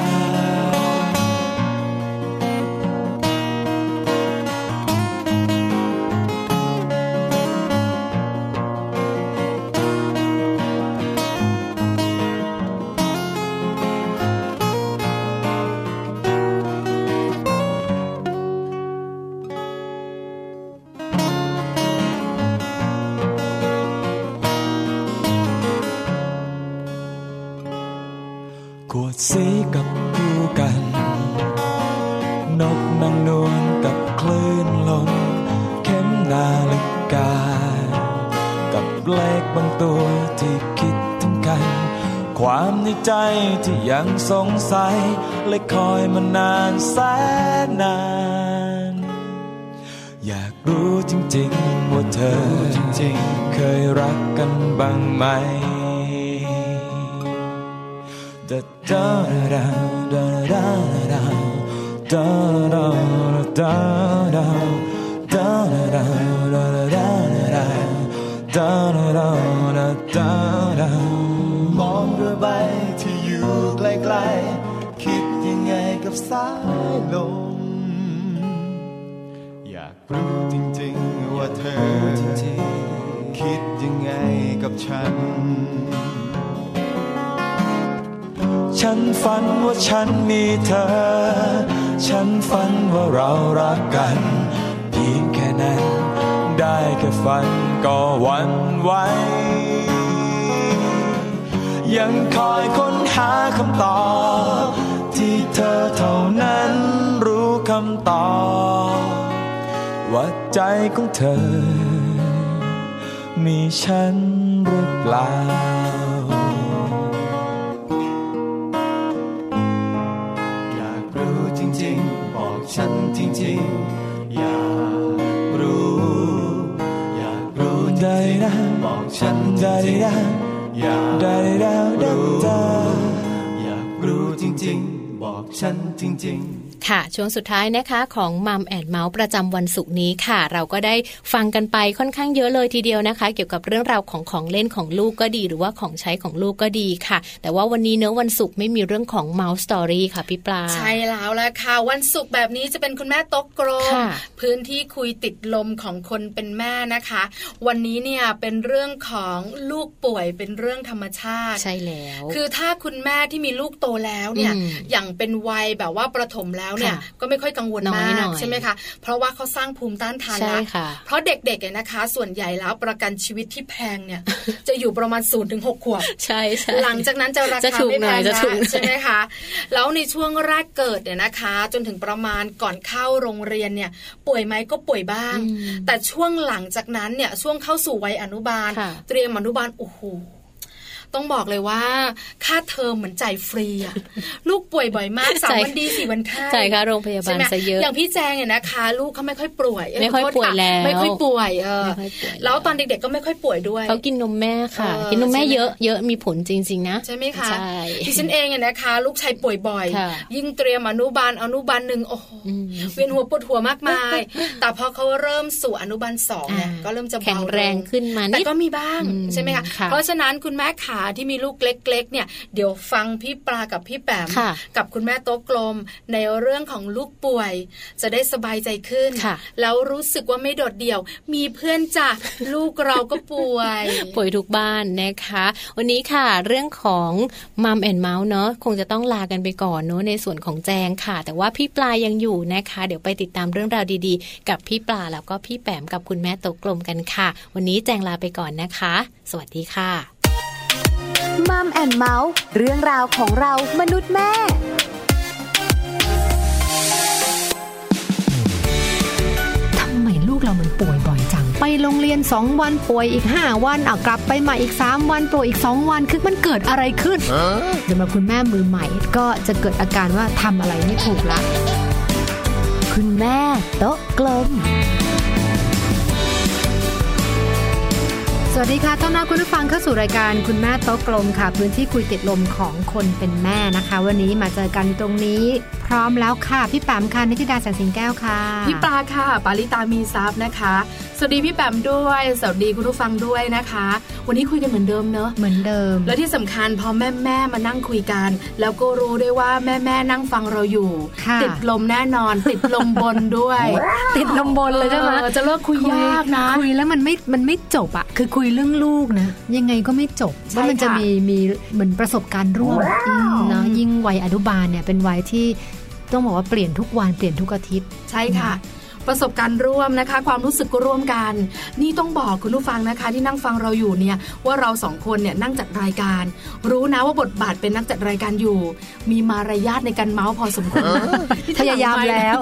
าดา ขวดสีกับคู่กัน นกนางนวลกับคลื่นลม เข็มนาฬิกา กับเลขบางตัวที่คิดถึงกัน ความในใจที่ยังสงสัย และคอยมานานแสนนาน อยากรู้จริงๆว่าเธอ รู้จริง เคยรักกันบ้างไหม ดาดาดาดาดาดาดาดาดาดาดาดาดาดาดาดาดาดาดา ๆมองเรือใบที่อยู่ไกลๆ คิดยังไงกับสายลม อยาก ากรู้จริงๆว่าเธอ คิดยังไงกับฉัน ฉันฝันว่าฉันมีเธอ ฉันฝันว่าเรารักกัน เพียงแค่นั้น ได้แค่ฝันก็หวันไหว ยังคอยค้นหาคำตอบ ที่เธอเท่านั้นรู้คำตอบว่าใจของเธอ มีฉันหรือเปล่า อยากรู้จริงๆ บอกฉันจริงๆ อยากรู้ อยากรู้จ ได้ ริง นะ ๆบอกฉันจ ได้ ริง นะ ๆอยาก ได้นะได้ รู้ นะ อยากรู้จริงๆ บอกฉันจริงๆ ค่ะ ช่วงสุดท้ายนะคะของมัมแอนเมาส์ประจำวันศุกร์นี้ค่ะ เราก็ได้ฟังกันไปค่อนข้างเยอะเลยทีเดียวนะคะ เกี่ยวกับเรื่องราวของของเล่นของลูกก็ดี หรือว่าของใช้ของลูกก็ดีค่ะ แต่ว่าวันนี้เนื้อะวันศุกร์ไม่มีเรื่องของเมาส์สตอรี่ค่ะพี่ปลา ใช่แล้วล่ะค่ะ วันศุกร์แบบนี้จะเป็นคุณแม่โต๊กกลม ค่ะ พื้นที่คุยติดลมของคนเป็นแม่นะคะ วันนี้เนี่ยเป็นเรื่องของลูกป่วยเป็นเรื่องธรรมชาติ ใช่แล้ว คือถ้าคุณแม่ที่มีลูกโตแล้วเนี่ย อืม อย่างเป็นวัยแบบว่าประถมแล้วเนี่ย ค่ะ ก็ไม่ค่อยกังวล น้อย มาก หน่อย ใช่ไหมคะ เพราะว่าเขาสร้างภูมิต้านทาน ใช่ ละ ค่ะ เพราะเด็กๆเนี่ยนะคะ ส่วนใหญ่แล้วประกันชีวิตที่แพง เนี่ย จะอยู่ประมาณ0ูนถึงหขวบ ใช่ใช่ หลังจากนั้นจะรา จะ คา ถูก ไม่ หน่ แพ อย ง จะ นะ ถูกหน่อย ใช่ไหมคะแล้วในช่วงแรกเกิดเนี่ยนะคะ จนถึงประมาณก่อนเข้าโรงเรียนเนี่ยป่วยไหมก็ป่วยบ้าง อืม แต่ช่วงหลังจากนั้นเนี่ยช่วงเข้าสู่วัยอนุบาล ค่ะ เตรียมอนุบาลโอ้โหต้องบอกเลยว่า ค่าเทอมเหมือนจ่ายฟรี อะลูกป่วยบ่อยมากสามวันดีสี่วันไข้ จ่ายค่าโรงพยา ใช่ บาล ไหม ซะเยอะ อย่างพี่แจงเนี่ยนะคะ ลูกเขาไม่ค่อยป่วยเ ไม่ค่อย ขอโทป่วยษะ แล้ว ไม่ค่อยป่วยเออ ไม่ค่อยป่วย แล้วตอนเด็กๆก็ไม่ค่อยป่วยด้วย เขากินนมแม่ค่ะ เออ กินนมแม่ ใช่ไหม เยอะเยอะมีผลจริง ๆ นะ ใช่ไหมคะ ใช่ ดิฉันเองเนี่ยนะคะ ลูกชายป่วยบ่อย ค่ะ ยิ่งเตรียมอนุบาลอนุบาลหนึ่งโอ้โห อืม เวียนหัวปวดหัวมากมาย แต่พอเขาเริ่มสู่อนุบาลสองเนี่ย อ่า ก็เริ่มจะเบา แข็งแรง ล ขึ้นมานิด แต่ก็มีบ้าง อืม ใช่ไหมคะ ค่ะ เพราะฉะนั้นคุณแม่ขาที่มีลูกเล็ก ๆ เนี่ยเดี๋ยวฟังพี่ปลากับพี่แปม ค่ะ กับคุณแม่โต๊ะกลม ในเรื่องของลูกป่วย จะได้สบายใจขึ้น ค่ะ แล้วรู้สึกว่าไม่โดดเดี่ยว มีเพื่อนจ้ะลูกเราก็ป่วย ป่วยทุกบ้านนะคะ วันนี้ค่ะเรื่องของมัมแอนเมาส์เนาะคงจะต้องลากันไปก่อนเนาะในส่วนของแจงค่ะ แต่ว่าพี่ปลายังอยู่นะคะ เดี๋ยวไปติดตามเรื่องราวดีๆ กับพี่ปลาแล้วก็พี่แปมกับคุณแม่โตะกลมกันค่ะ วันนี้แจงลาไปก่อนนะคะ สวัสดีค่ะ มัมแอนเมาส์เรื่องราวของเรามนุษย์แม่ ทำไมลูกเรามันป่วยบ่อยจัง ไปโรงเรียน 2 วันป่วยอีก 5 วันอ่ะกลับไปใหม่อีก 3 วันป่วยอีก 2 วันคือมันเกิดอะไรขึ้นสำหรับคุณแม่มือใหม่ ก็จะเกิดอาการว่าทำอะไรไม่ถูกละ คุณแม่โต๊ะกลม สวัสดีค่ะ ต้อนรับคุณผู้ฟังเข้าสู่รายการคุณแม่โต๊ะกลมค่ะ พื้นที่คุยติดลมของคนเป็นแม่นะคะ วันนี้มาเจอกันตรงนี้ พร้อมแล้วค่ะ พี่แปมค่ะนิติดาแสงสิงแก้วค่ะ พี่ปลาค่ะ ปาริตามีซับนะคะ สวัสดีพี่แปมด้วย สวัสดีคุณผู้ฟังด้วยนะคะ วันนี้คุยกันเหมือนเดิมเนอะ เหมือนเดิม และที่สำคัญพอแม่แม่ๆมานั่งคุยกัน แล้วก็รู้ด้วยว่าแม่แม่ๆนั่งฟังเราอยู่ ค่ะ ติดลมแน่นอน ติดลมบน ด้วย ติดลมบนเลยใช่ไหม ออจะเลิกคุยยากนะ คุยแล้วมันไม่ มันไม่จบอะคือคุยเรื่องลูกนะ ยังไงก็ไม่จบ ใช่ ว่ามันจะ ค่ะ มีมีเหมือนประสบการณ์ร่วมอืมเนาะยิ่งวัยอนุบาลเนี่ยเป็นวัยที่ต้องบอกว่าเปลี่ยนทุกวันเปลี่ยนทุกอาทิตย์ ใช่ค่ะ ประสบการณ์ร่วมนะคะ ความรู้สึกร่วมกัน นี่ต้องบอกคุณผู้ฟังนะคะ ที่นั่งฟังเราอยู่เนี่ยว่าเราสองคนเนี่ยนั่งจัดรายการ รู้นะว่าบทบาทเป็นนักจัดรายการอยู่ มีมารยาทในการเมาส์พอสมควรนะ นี่ถ้หงไค์ พยายามแล้ว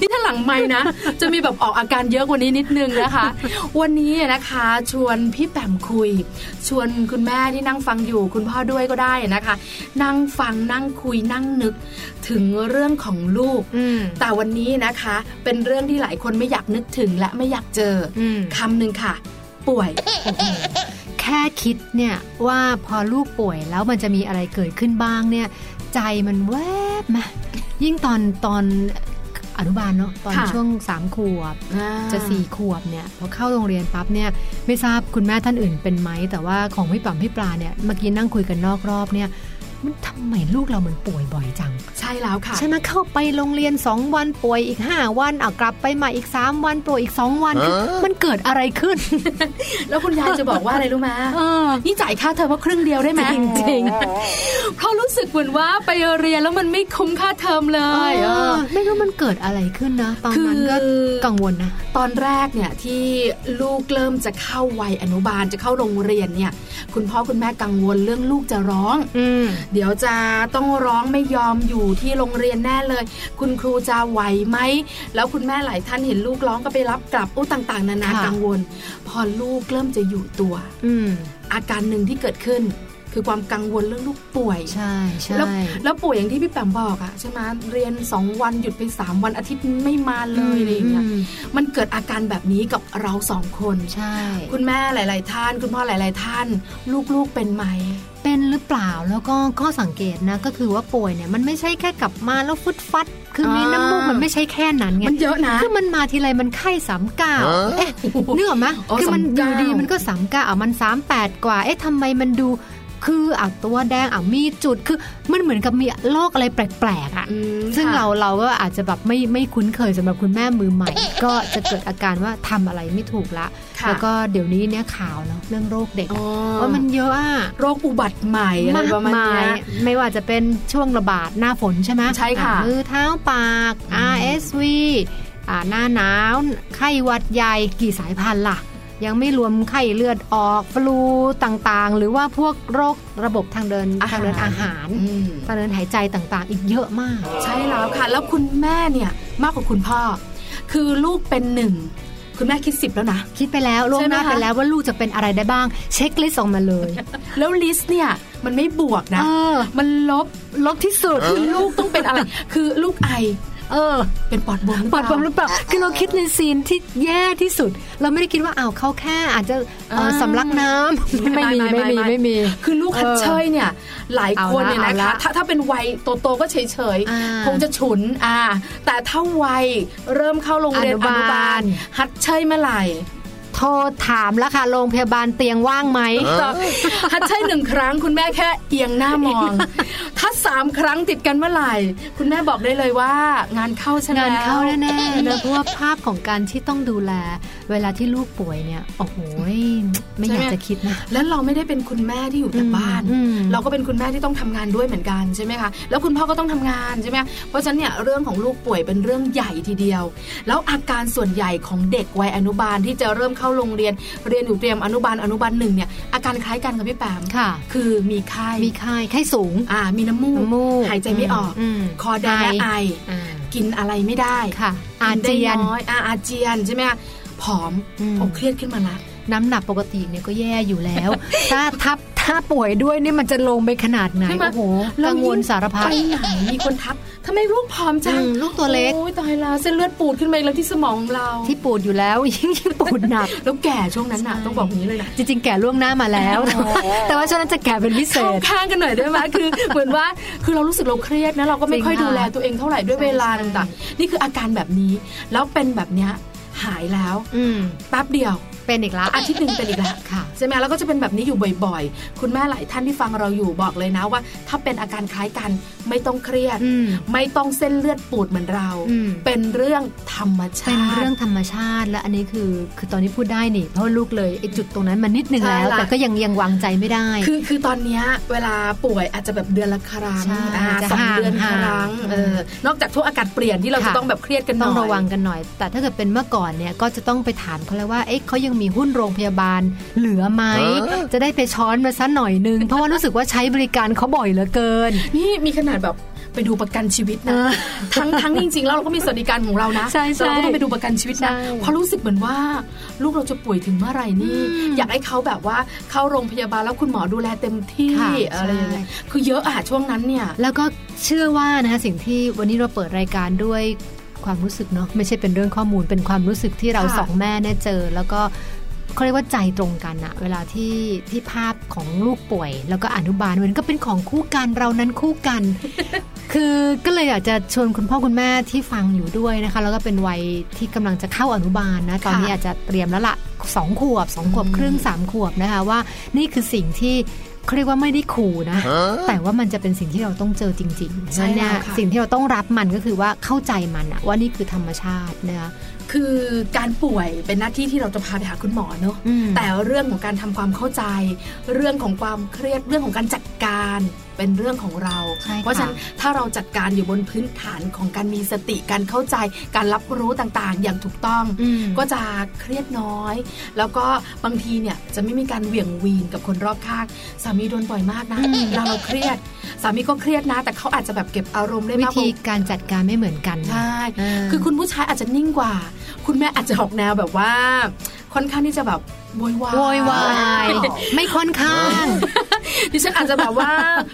นี่ถ้าหลังไม่นะ จะมีแบบออกอาการเยอะกว่านี้นิดนึงนะคะ วันนี้นะคะ ชวนพี่แปมคุย ชวนคุณแม่ที่นั่งฟังอยู่ คุณพ่อด้วยก็ได้นะคะ นั่งฟังนั่งคุยนั่งนึก ถึงเรื่องของลูก แต่วันนี้นะคะ เป็นเรื่องที่หลายคนไม่อยากนึกถึงและไม่อยากเจออคำหนึ่งค่ะ ป่วย แค่คิดเนี่ยว่าพอลูกป่วยแล้วมันจะมีอะไรเกิดขึ้นบ้างเนี่ย ใจมันแวบมายิ่งตอนตอนอนุบาลเนาะตอน ค่ะ ช่วงสามขวบ จะสี่ขวบเนี่ยพอเข้าโรงเรียนปั๊บเนี่ยไม่ทราบคุณแม่ท่านอื่นเป็นไหม แต่ว่าของพี่ป๋อมพี่ปลาเนี่ยเมื่อกี้นั่งคุยกันนอกรอบเนี่ย มันทำไมลูกเรามันป่วยบ่อยจัง ใช่แล้วค่ะ ใช่ไหมเข้าไปโรงเรียน 2 วันป่วยอีก 5 วันเอากลับไปใหมาอีก 3 วันป่วยอีก 2 วัน มันเกิดอะไรขึ้น แล้วคุณยายจะบอกว่าอะไรรู้ไหมนี่จ่ายค่าเทอมว่าครึ่งเดียวได้ไหมจริงๆ เพราะรู้สึกเหมือนว่าไปเรียนแล้วมันไม่คุ้มค่าเทอมเลย เอ เอ อ อ ไม่รู้มันเกิดอะไรขึ้นนะ ตอนนั้นก็ คือ กังวลนะ ตอนแรกเนี่ยที่ลูกเริ่มจะเข้าวัยอนุบาลจะเข้าโรงเรียนเนี่ย คุณพ่อคุณแม่กังวลเรื่องลูกจะร้อง อืม เดี๋ยวจะต้องร้องไม่ยอมอยู่ที่โรงเรียนแน่เลย คุณครูจะไหวไหม แล้วคุณแม่หลายท่านเห็นลูกร้องก็ไปรับกลับอู้ต่างๆ นานา ค่ะ กังวล พอลูกเริ่มจะอยู่ตัว อืม อาการหนึ่งที่เกิดขึ้น คือความกังวลเรื่องลูกป่วย ใช่ใช่ แล้วแล้วป่วยอย่างที่พี่แปมบอกอะใช่ไหมเรียน 2 วันหยุดไป 3 วันอาทิตย์ไม่มาเลยอะไรอย่างเงี้ย อืม มันเกิดอาการแบบนี้กับเราสองคน ใช่ คุณแม่หลาย ๆ ท่าน คุณพ่อหลาย ๆ ท่าน ลูกๆเป็นไหม เป็นหรือเปล่าแล้วก็ข้อสังเกตนะ ก็คือว่าป่วยเนี่ยมันไม่ใช่แค่กลับมาแล้วฟุดฟัด คือมี อ่า น้ำมูกมันไม่ใช่แค่นั้นไง มันเยอะนะ คือมันมาทีไรมันไข้สามเก้าเอ๊ะนึกออกไหม อ๋อ คือมันอยู่ 39 ดีมันก็สามเก้าอ่ะมันสามแปดกว่า เอ๊ะทำไมมันดู คืออ่ะตัวแดงอ่ะมีจุดคือมันเหมือนกับมีโรคอะไรแปลกๆอ่ะ อืม ซึ่ง ค่ะ เราเราก็อาจจะแบบไม่ไม่คุ้นเคยสำหรับคุณแม่มือ ใหม่ ก็จะเกิดอาการว่าทำอะไรไม่ถูกละ ค่ะ แล้วก็เดี๋ยวนี้เนี่ยข่าวเนาะเรื่องโรคเด็ก อ๋อ ว่ามันเยอะอะ โรคอุบัติใหม่อะไรประมาณเนี้ย ไม่ว่าจะเป็นช่วงระบาดหน้าฝนใช่ไหม ใช่ค่ะ อ่มือเท้าปาก RSV อ่าหน้าหนาวไข้หวัดใหญ่กี่สายพันธุ์ล่ะ ยังไม่รวมไข้เลือดออกฟลูต่างๆ หรือว่าพวกโรคระบบทางเดินทางเดินอาหาร อืม ทางเดินหายใจต่างๆ อีกเยอะมาก ใช่แล้วค่ะ แล้วคุณแม่เนี่ยมากกว่าคุณพ่อ คือลูกเป็นหนึ่งคุณแม่คิดสิบแล้วนะ คิดไปแล้วล่วงหน้า ใช่ไหม ไป คะ แล้วว่าลูกจะเป็นอะไรได้บ้าง เช็คลิสต์ออกมาเลย แล้วลิสต์เนี่ยมันไม่บวกนะ เออ มันลบลบที่สุดคือลูกต้องเป็นอะไร คือลูกไอ เออ เป็นปอดบวมหรือเปปลล่าอดภัยหรือเปล่าคือเราคิดในซีนที่แย่ที่สุด เราไม่ได้คิดว่าอ้าวเขาแค่อาจจะเอ่ออา สำลักน้ำไม่มีไม่มีไม่มี คือลูกฮัดเชยเนี่ย หลายคนเนี่ย เอา นะ ละ คะ เอาละ ถ้าถ้าเป็นวัยโตๆก็เฉย อ่า ๆคงจะฉุนอ่า แต่ถ้าวัยเริ่มเข้าโรงเรียน อ อ นุบาล นุบาลฮัดเชยเมื่อไหร่ โทรถามแล้วค่ะโรงพยาบาลเตียงว่างไหม ตอบฮัดเชยหนึ่งครั้ง คุณแม่แค่เอียงหน้ามอง ถ้าสามครั้งติดกันเมื่อไหร่ คุณแม่บอกได้เลยว่างานเข้าใช่ไหม งานเข้าแน่ๆนะเพราะว่าภาพของการที่ต้องดูแล เวลาที่ลูกป่วยเนี่ยโอ้โหไม่อยาก ใช่ไหม จะคิดนะ แล้วเราไม่ได้เป็นคุณแม่ที่อยู่แต่บ้าน อืม เราก็เป็นคุณแม่ที่ต้องทำงานด้วยเหมือนกันใช่ไหมคะ แล้วคุณพ่อก็ต้องทำงานใช่ไหมเพราะฉะนั้นเนี่ยเรื่องของลูกป่วยเป็นเรื่องใหญ่ทีเดียว แล้วอาการส่วนใหญ่ของเด็กวัยอนุบาลที่จะเริ่มเข้าโรงเรียน เรียนอยู่เตรียมอนุบาลอนุบาลหนึ่งเนี่ยอาการคล้ายกันกับพี่แปม ค่ะ คือมีไข้ มีไข้ไข้สูง อ่ามีน้ำมูก น้ำมูก หายใจไม่ออก อืม คอแดงและไไออ อ่า กินอะไรไม่ได้ ค่ะ อาเจียน กิได้น้อยอ่าอาเจียนใช่ไหมคะผอม อืม โอเครียดขึ้นมาละ น้ำหนักปกติเนี่ยก็แย่อยู่แล้ว ถ้าทับถ้าป่วยด้วยนี่มันจะลงไปขนาดไหน ใช่ไหม โอ้โห เรา กัง ยิ่ง วลสารพัด ไปไหนมีคนทักทำไมลูกผอมจัง อืมลูกตัวเล็ก โอ้ยตายละเส้นเลือดปูดขึ้นมาอีกแล้วที่สมองเรา ที่ปูดอยู่แล้ว ยิ่งยิ่งปูดหนัก แล้วแก่ช่วงนั้นน่ะ ใช่ ต้องบอกอย่างนี้เลยนะ จริงๆ แก่ล่วงหน้ามาแล้ว แต่ว่าช่วงนั้นจะแก่เป็นพิเศ เข้า ษ ข้างกันหน่อยได้ไหมคือ เหมือนว่าคือเรารู้สึกเราเครียดนะเราก็ไม่ จริง ค่อยดูแล ค่ะ ตัวเองเท่าไหร่ด้วยเวลา ใช่ ต่างๆ นี่คืออาการแบบนี้ แล้วเป็นแบบเนี้ยหายแล้ว อืม แป๊บเดียว เป็นอีกละ อาทิตย์หนึ่งเป็นอีกแล้ว ค่ะ ใช่ไหมแล้วก็จะเป็นแบบนี้อยู่บ่อยๆ คุณแม่หลายท่านที่ฟังเราอยู่บอกเลยนะว่า ถ้าเป็นอาการคล้ายกันไม่ต้องเครียด อืม ไม่ต้องเส้นเลือดปูดเหมือนเรา อืม เป็นเรื่องธรรมชาติ เป็นเรื่องธรรมชาติและอันนี้คือ คือตอนนี้พูดได้นี่ เพราะว่าลูกเลยไอ้จุดตรงนั้นมันนิดนึงแล้ว ใช่ละ แต่ก็ยังยังวางใจไม่ได้ คือคือตอนเนี้ยเวลาป่วยอาจจะแบบเดือนละครั้ง ใช่ อ่า จะ สอง ห่าง เดือนค ห่า รั้ ง งเออนอกจากทุกอากาศเปลี่ยนที่เรา ค่ะ จะต้องแบบเครียดกันหน่ ต้ อ อย งระวังกันหน่อย แต่ถ้าเกิดเป็นเมื่อก่อนเนี่ยก็จะต้องไปถามเขาแล้วว่า เอ๊ะเขายังมีหุ้นโรงพยาบาลเหลือไหม จะได้ไปช้อนมาสักหน่อยนึง เพราะว่ารู้สึกว่าใช้บริการเขาบ่อยเหลือเกิน นี่มีขนาดแบบไปดูประกันชีวิตนะ ทั้งทั้งจริงๆแล้วเราก็มีสวัสดิการของเรานะ ใช่ใช่ เราก็ต้องไปดูประกันชีวิต ใช่ นะเพราะรู้สึกเหมือนว่า ลูกเราจะป่วยถึงเมื่อไหร่นี่ อืม อยากให้เขาแบบว่าเข้าโรงพยาบาลแล้วคุณหมอดูแลเต็มที่ ค่ะ อะไรอย่างเงี้ย ใช่ คือเยอะอะช่วงนั้นเนี่ย แล้วก็เชื่อว่านะคะสิ่งที่วันนี้เราเปิดรายการด้วยความรู้สึกเนาะไม่ใช่เป็นเรื่องข้อมูลเป็นความรู้สึกที่เรา ค่ะ สองแม่เนี่ยเจอ แล้วก็เขาเรียกว่าใจตรงกันอะเวลาที่ที่ภาพของลูกป่วย แล้วก็อนุบาลมันก็เป็นของคู่กันเรานั้นคู่กัน คือก็เลยอยากจะชวนคุณพ่อคุณแม่ที่ฟังอยู่ด้วยนะคะ แล้วก็เป็นวัยที่กำลังจะเข้าอนุบาลนะตอนนี้อาจจะเตรียมแล้วละสองขวบสองขวบครึ่งสามขวบนะคะว่า นี่คือสิ่งที่ เขาเรียกว่าไม่ได้ขู่นะ แต่ว่ามันจะเป็นสิ่งที่เราต้องเจอจริงๆ ใช่ ฉะนั้นเนี่ย แล้วค่ะ สิ่งที่เราต้องรับมันก็คือว่าเข้าใจมันอะว่านี่คือธรรมชาตินะคะ คือการป่วยเป็นหน้าที่ที่เราจะพาไปหาคุณหมอเนอะ อืม แต่เรื่องของการทำความเข้าใจ เรื่องของความเครียดเรื่องของการจัดการเป็นเรื่องของเรา ใช่ค่ะ เพราะฉะนั้นถ้าเราจัดการอยู่บนพื้นฐานของการมีสติการเข้าใจ การรับรู้ต่างๆ อย่างถูกต้อง อืม ก็จะเครียดน้อย แล้วก็บางทีเนี่ยจะไม่มีการเหวี่ยงวีนกับคนรอบข้างสามีโดนบ่อยมากนะเวลาเราเครียด สามีก็เครียดนะ แต่เขาอาจจะแบบเก็บอารมณ์ได้ วิ มากกว่า ธีการจัดการไม่เหมือนกันนะ ใช่ เออ คือคุณผู้ชายอาจจะนิ่งกว่า คุณแม่อาจจะออกแนวแบบว่า ค่อนข้างที่จะแบบโวยวาย โวยวาย ไม่ค่อนข้าง ดิฉันอาจจะแบบว่า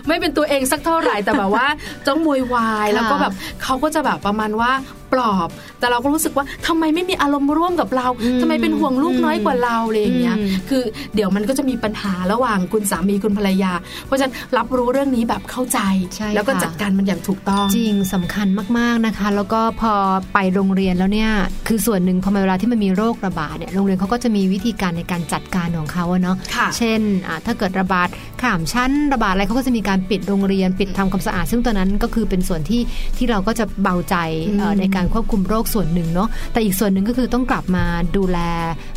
ไม่เป็นตัวเองสักเท่าไหร่แต่แบบว่าจ้องโวยวาย ค่ะ แล้วก็แบบเขาก็จะแบบประมาณว่าปลอบ แต่เราก็รู้สึกว่าทำไมไม่มีอารมณ์ร่วมกับเราทำไมเป็นห่วงลูกน้อยกว่าเราอะไรอย่างเงี้ย คือเดี๋ยวมันก็จะมีปัญหาระหว่างคุณสามีคุณภรรยา เพราะฉะนั้นรับรู้เรื่องนี้แบบเข้าใจ ใช่ แล้วก็ ค่ะ จัดการมันอย่างถูกต้อง จริงสำคัญมากๆนะคะ แล้วก็พอไปโรงเรียนแล้วเนี่ย คือส่วนหนึ่งพอมาเวลาที่มันมีโรคระบาดเนี่ยโรงเรียนเขาก็จะมีวิธีการในการจัดการของเขาอะเนาะ ค่ะ เช่นอ่าถ้าเกิดระบาดข่ามชั้นระบาดอะไรเขาก็จะมีการปิดโรงเรียนปิดทำความสะอาด ซึ่งตอนนั้นก็คือเป็นส่วนที่ที่เราก็จะเบาใจเอ่อ อืม ในการควบคุมโรคส่วนหนึ่งเนาะแต่อีกส่วนหนึ่งก็คือต้องกลับมาดูแล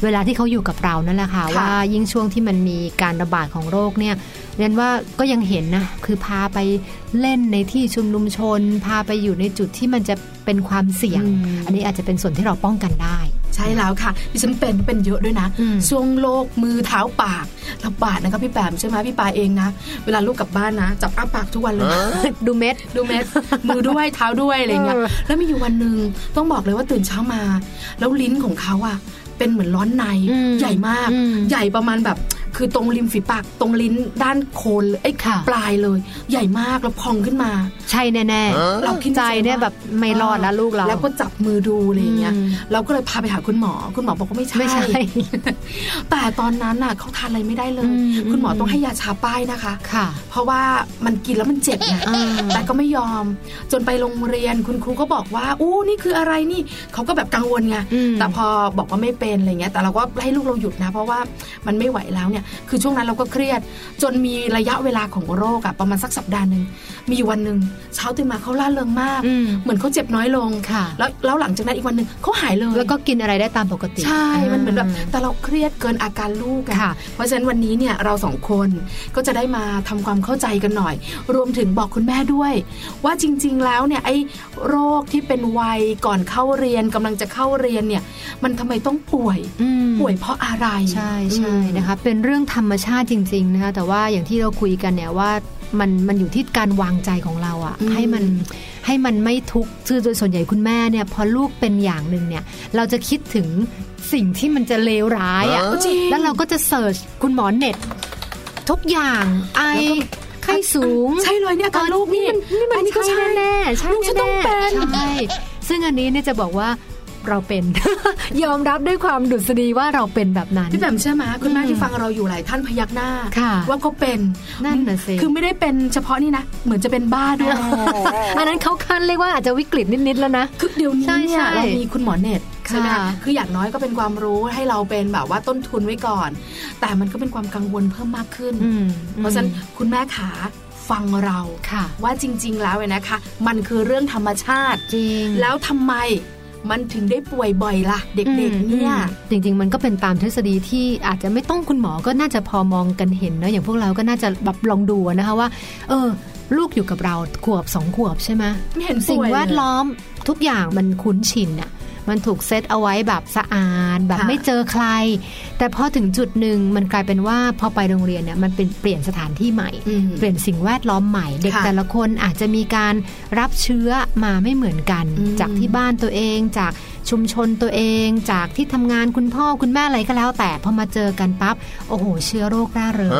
เวลาที่เขาอยู่กับเรานั่นแหละค่ะ ค่ะ ว่ายิ่งช่วงที่มันมีการระบาดของโรคเนี่ย เรียนว่าก็ยังเห็นนะ คือพาไปเล่นในที่ชุมนุมชน พาไปอยู่ในจุดที่มันจะเป็นความเสี่ยง อันนี้อาจจะเป็นส่วนที่เราป้องกันได้ ใช่แล้วค่ะดิฉันเป็นเป็นเยอะด้วยนะ อืม ช่วงโรคมือเท้าปากระบาดนะคะพี่แปมใช่ไหมพี่ปาเองนะ เวลาลูกกลับบ้านนะ จับอ้าปากทุกวันเลยนะ ดูเม็ด ดูเม็ดมือด้วยเท้าด้วยอะไรเงี้ยแล้วมีอยู่วันหนึ่งต้องบอกเลยว่าตื่นเช้ามา แล้วลิ้นของเขาอะเป็นเหมือนร้อนใน อืม ใหญ่มาก อืม ใหญ่ประมาณแบบ คือตรงริมฝีปากตรงลิ้นด้านโคนไอ้ย ค่ะ ปลายเลย ใหญ่มากแล้วพองขึ้นมา ใช่แน่ เราคิด ๆใจเนี่ยแบบไม่รอดแล้วลูกเรา แล้วก็จับมือดูอะไรอย่างเงี้ย อืม เราก็เลยพาไปหาคุณหมอ คุณหมอบอกว่าไม่ใช่ ไม่ใช่ แต่ตอนนั้นน่ะเขาทานอะไรไม่ได้เลย อืม คุณหมอต้องให้ยาชาป้ายนะคะ ค่ะ เพราะว่ามันกินแล้วมันเจ็บไง อ่า แต่ก็ไม่ยอม จนไปโรงเรียนคุณครูก็บอกว่าอู้นี่คืออะไรนี่เขาก็แบบกังวลไง อืม แต่พอบอกว่าไม่เป็นอะไรเงี้ยแต่เราก็ให้ลูกเราหยุดนะ เพราะว่ามันไม่ไหวแล้วเนี่ย คือช่วงนั้นเราก็เครียด จนมีระยะเวลาของโรคอะประมาณสักสัปดาห์หนึ่งมีอยู่วันหนึ่งเช้าตื่นมาเขาล่าเริงมาก อืม เหมือนเขาเจ็บน้อยลง ค่ะ แล้วแล้วหลังจากนั้นอีกวันหนึ่งเขาหายเลย แล้วก็กินอะไรได้ตามปกติ ใช่ มันเหมือนแบบ า แต่เราเครียดเกินอาการลูกอ ค่ะ เพราะฉะนั้นวันนี้เนี่ยเราสองคนก็จะได้มาทำความเข้าใจกันหน่อย รวมถึงบอกคุณแม่ด้วย ว่าจริง ๆ แล้วเนี่ยไอ้โรคที่เป็นวัยก่อนเข้าเรียนกำลังจะเข้าเรียนเนี่ย มันทำไมต้องป่วย อืม ป่วยเพราะอะไร ใช่ใช่ อืม นะคะเป็นเรื่องธรรมชาติจริงๆนะคะแต่ว่าอย่างที่เราคุยกันเนี่ยว่ามันมันอยู่ที่การวางใจของเราอะ่ะ อืม ให้มันให้มันไม่ทุกข์คือโดยส่วนใหญ่คุณแม่เนี่ยพอลูกเป็นอย่างหนึ่งเนี่ยเราจะคิดถึงสิ่งที่มันจะเลวร้ายอะ่ะ เออจริง แล้วเราก็จะเสิร์ชคุณหมอเน็ต ทุกอย่างไอไข้สูง ใช่เลยเนี่ยอาการลูกนี่ นี่มัน อันนี้ก็ใช่ ใช่แน่ๆใช่ ลูกฉันต้องเป็น แๆใช่ ซึ่งอันนี้เนี่ยจะบอกว่าเราเป็น ยอมรับด้วยความดุษฎีว่าเราเป็นแบบนั้น พี่แบมเชื่อไหมคุณแม่ อืม ที่ฟังเราอยู่หลายท่านพยักหน้า ค่ะ ว่าก็เป็น นั่นน่ะสิ คือไม่ได้เป็นเฉพาะนี่นะเหมือนจะเป็นบ้าด้วย อันนั้นเขาคันเรียกว่าอาจจะวิกฤตนิด ๆ แล้วนะ คือเดี๋ยวนี้ ใช่ เนี่ย ใช่ เรามีคุณหมอเน็ตใช่ไหม ค่ะ คะคืออย่างน้อยก็เป็นความรู้ให้เราเป็นแบบว่าต้นทุนไว้ก่อน แต่มันก็เป็นความกังวลเพิ่มมากขึ้น อืม เพราะฉะนั้น อืม คุณแม่ขาฟังเรา ค่ะ ว่าจริง ๆ แล้วเนี่ยนะคะ มันคือเรื่องธรรมชาติ จริง แล้วทำไมมันถึงได้ป่วยบ่อยล่ะ เด็ก อืม ๆเนี่ย จริง ๆ มันก็เป็นตามทฤษฎีที่อาจจะไม่ต้องคุณหมอก็น่าจะพอมองกันเห็นเนอะอย่างพวกเราก็น่าจะแบบลองดูนะคะว่า เออ ลูกอยู่กับเราขวบสองขวบใช่ไหม ไม่เห็นป่วย สิ่งแวด เลย ล้อมทุกอย่างมันคุ้นชินอะมันถูกเซตเอาไว้แบบสะอาดแบบ ค่ะ ไม่เจอใคร แต่พอถึงจุดหนึ่งมันกลายเป็นว่าพอไปโรงเรียนเนี่ยมันเป็นเปลี่ยนสถานที่ใหม่ อืม เปลี่ยนสิ่งแวดล้อมใหม่ เด็ก ค่ะ แต่ละคนอาจจะมีการรับเชื้อมาไม่เหมือนกัน อืม จากที่บ้านตัวเอง จากชุมชนตัวเอง จากที่ทำงานคุณพ่อคุณแม่อะไรก็แล้ว แต่พอมาเจอกันปั๊บโอ้โห เชื้อโรคร่าเริง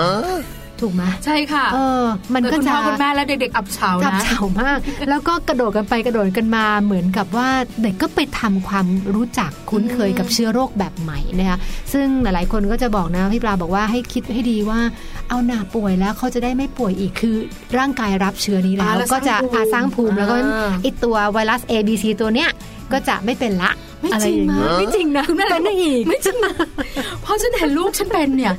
ถูกไหม ใช่ค่ะ เออ มันก็ เกิดคุณ จะ พ่อคุณแม่และเด็ก ๆ อับเฉา จับ นะ เฉามาก แล้วก็กระโดดกันไปกระโดดกันมาเหมือนกับว่าเด็กก็ไปทำความรู้จักคุ้นเคยกับเชื้อโรคแบบใหม่นะคะซึ่งหลายๆคนก็จะบอกนะพี่ปลาบอกว่าให้คิดให้ดีว่า เอาหนาป่วยแล้วเขาจะได้ไม่ป่วยอีกคือร่างกายรับเชื้อนี้แล้ อ่าว แล้ว ก็จะ สร้างภูมิ อาสร้างภูมิแล้วก็ อ่า ไอตัวไวรัส A B C ตัวเนี้ยก็จะไม่เป็นละ ไม่ อะไร จริง อย่าง นะ เงี้ย ไม่จริงนะ คุณแม่เป็นได้อีก ไม่จริงนะเพราะฉันเห็นลูกฉันเป็นเนี่ย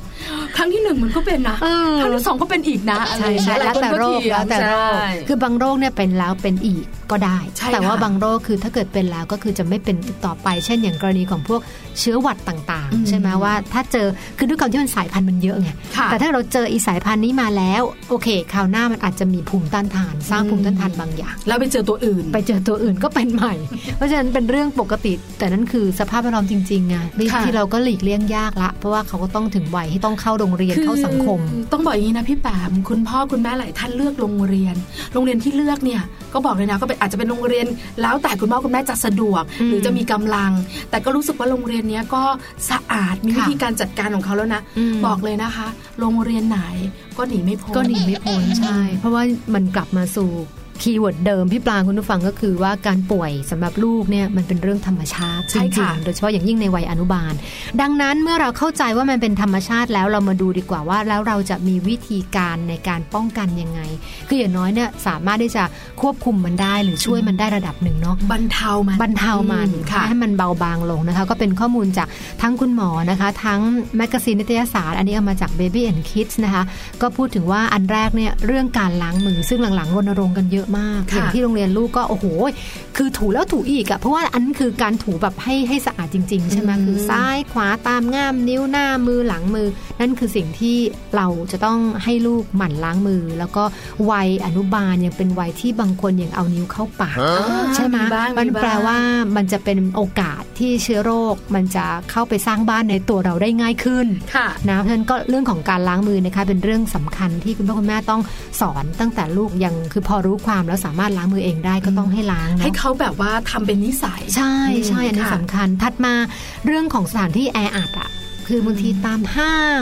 ครั้งที่หนึ่งมันก็เป็นนะ เออ ครั้งที่สองก็เป็นอีกนะอะไร ใช่ อย่าง ใช่ เงี้ย แล้วแต่โรค หายนก็เถียง แล้วแต่โรค ใช่ คือบางโรคเนี่ยเป็นแล้วเป็นอีกก็ได้ ใช่ แต่ว่า ค่ะ บางโรคคือถ้าเกิดเป็นแล้วก็คือจะไม่เป็นอีกต่อไป เช่นอย่างกรณีของพวกเชื้อหวัดต่าง อืม ๆ ใช่ไหมว่าถ้าเจอคือด้วยความที่มันสายพันธุ์มันเยอะไง ค่ะ แต่ถ้าเราเจออีสายพันธุ์นี้มาแล้วโอเคคราวหน้ามันอาจจะมีภูมิต้านทาน สร้าง อืม ภูมิต้านทานบางอย่าง แล้วไปเจอตัวอื่น ไปเจอตัวอื่นก็เป็นใหม่ เพราะฉะนั้นเป็นเรื่องปกติ แต่นั่นคือสภาพแวดล้อมจริงๆไง ค่ะ ที่เราก็หลีกเลี่ยงยากละ เพราะว่าเขาก็ต้องถึงวัยที่ต้องเข้าโรงเรียนเข้าสังคม อต้องบอกอย่างนี้นะพี่แปมคุณพ่อคุณแม่หลายท่านเลือกโรงเรียน โรงเรียนที่เลือกเนี่ยก็บอกเลยนะก็เป็นอาจจะเป็นโรงเรียน แล้วแต่คุณพ่อคุณแม่จะสะดวก หรือจะมีกำลัง แต่ก็รู้สึกว่าโรงเรียนเนี้ยก็สะอาดมีวิธีการจัดการของเขาแล้วนะ อืม บอกเลยนะคะ โรงเรียนไหนก็หนีไม่พ้น ก็หนีไม่พ้นใช่ เพราะว่ามันกลับมาสู่คีย์เวิร์ดเดิมพี่ปลาคุณผู้ฟังก็คือว่าการป่วยสำหรับลูกเนี่ยมันเป็นเรื่องธรรมชาติจ ใช่ ริง ค่ะ ๆโดยเฉพาะอย่างยิ่งในวัยอนุบาล ดังนั้นเมื่อเราเข้าใจว่ามันเป็นธรรมชาติแล้วเรามาดูดีกว่าว่า แล้วเราจะมีวิธีการในการป้องกันยังไง คืออย่างน้อยเนี่ยสามารถที่จะควบคุมมันได้หรือช่วยมันได้ระดับหนึ่งเนาะ บรรเทามัน บรรเทามัน อืค่ะ ให้มันเบาบางลงนะคะ ก็เป็นข้อมูลจากทั้งคุณหมอนะคะ ทั้งแมกกาซีนนิตยสาร อันนี้เอามาจาก Baby and Kids นะคะ ก็พูดถึงว่าอันแรกเนี่ยเรื่องการล้างมือซึ่งหลังๆรณรงค์กันเยอะมาก ค่ะ อย่างที่โรงเรียนลูกก็ โอ้โห คือถูแล้วถูอีกอะเพราะว่าอันคือการถูแบบให้ให้สะอาดจริง ๆ ใช่ไหมคือซ้ายขวาตามง่ามนิ้วหน้ามือหลังมือ นั่นคือสิ่งที่เราจะต้องให้ลูกหมั่นล้างมือ แล้วก็วัยอนุบาลยังเป็นวัยที่บางคนยังเอานิ้วเข้าปาก ใช่ไหม มีบ้าง มัน บ้าง แปลว่ามันจะเป็นโอกาสที่เชื้อโรค มันจะเข้าไปสร้างบ้านในตัวเราได้ง่ายขึ้น ค่ะ นะเพราะฉะนั้นก็เรื่องของการล้างมือนะคะเป็นเรื่องสำคัญที่คุณพ่อคุณแม่ต้องสอนตั้งแต่ลูกยังคือพอรู้ความแล้วสามารถล้างมือเองได้ก็ต้องให้ล้างเนอะ ให้เขาแบบว่าทำเป็นนิสัย ใช่ใช่ อืม อันนี้ ค่ะ สำคัญถัดมาเรื่องของสถานที่แออัดอะคือบางทีตามห้าง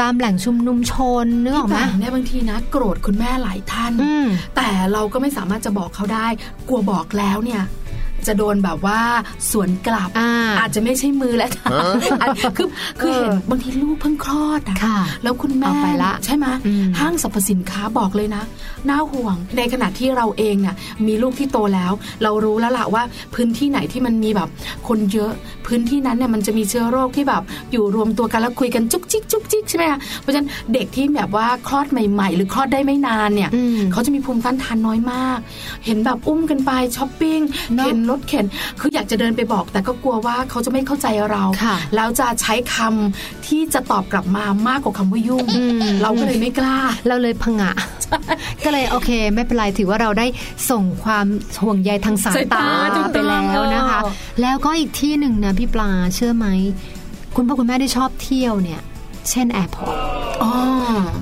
ตามแหล่งชุมนุมชนนึกออกไหม พี่แปมเนี่ยบางทีนะโกรธคุณแม่หลายท่าน อืม แต่เราก็ไม่สามารถจะบอกเขาได้ กลัวบอกแล้วเนี่ย จะโดนแบบว่าสวนกลับ อ่า จจะไม่ใช่มือแล้วอาจ คือคือเห็นบางทีลูกเพิ่งคลอดอะ ค่ะ แล้วคุณแม่ เอาไปละ ใช่ไหม อืม ห้างสรรพสินค้าบอกเลยนะน่าห่วงในขณะที่เราเองน่ะมีลูกที่โตแล้ว เรารู้แล้วล่ะว่าพื้นที่ไหนที่มันมีแบบ คนเยอะพื้นที่นั้นเนี่ยมันจะมีเชื้อโรคที่แบบ อยู่รวมตัวกันแล้วคุยกันจุกจิกจุกจิกใช่ไหมคะเพราะฉะนั้นเด็กที่แบบว่าคลอดใหม่ ๆ หรือคลอดได้ไม่นานเนี่ย อืม เขาจะมีภูมิต้านทานน้อยมาก เห็นแบบอุ้มกันไปช้อปปิ้ง เนอะ เข็นรถเข็น คืออยากจะเดินไปบอก แต่ก็กลัวว่าเขาจะไม่เข้าใจเรา ค่ะ แล้วจะใช้คำที่จะตอบกลับมามากกว่าคำว่ายุ่ง เราก็เลยไม่กล้า เราเลยพงะ ก็เลยโอเค ไม่เป็นไรถือว่าเราได้ส่งความห่วงใยทางสาย สาย ตา ตาถูก ไป ต้อง แล้วนะคะ เออ แล้วก็อีกที่หนึ่งนะพี่ปลาเชื่อไหม คุณพ่อคุณแม่ได้ชอบเที่ยวเนี่ย เช่นแอร์พอร์ต อ๋อ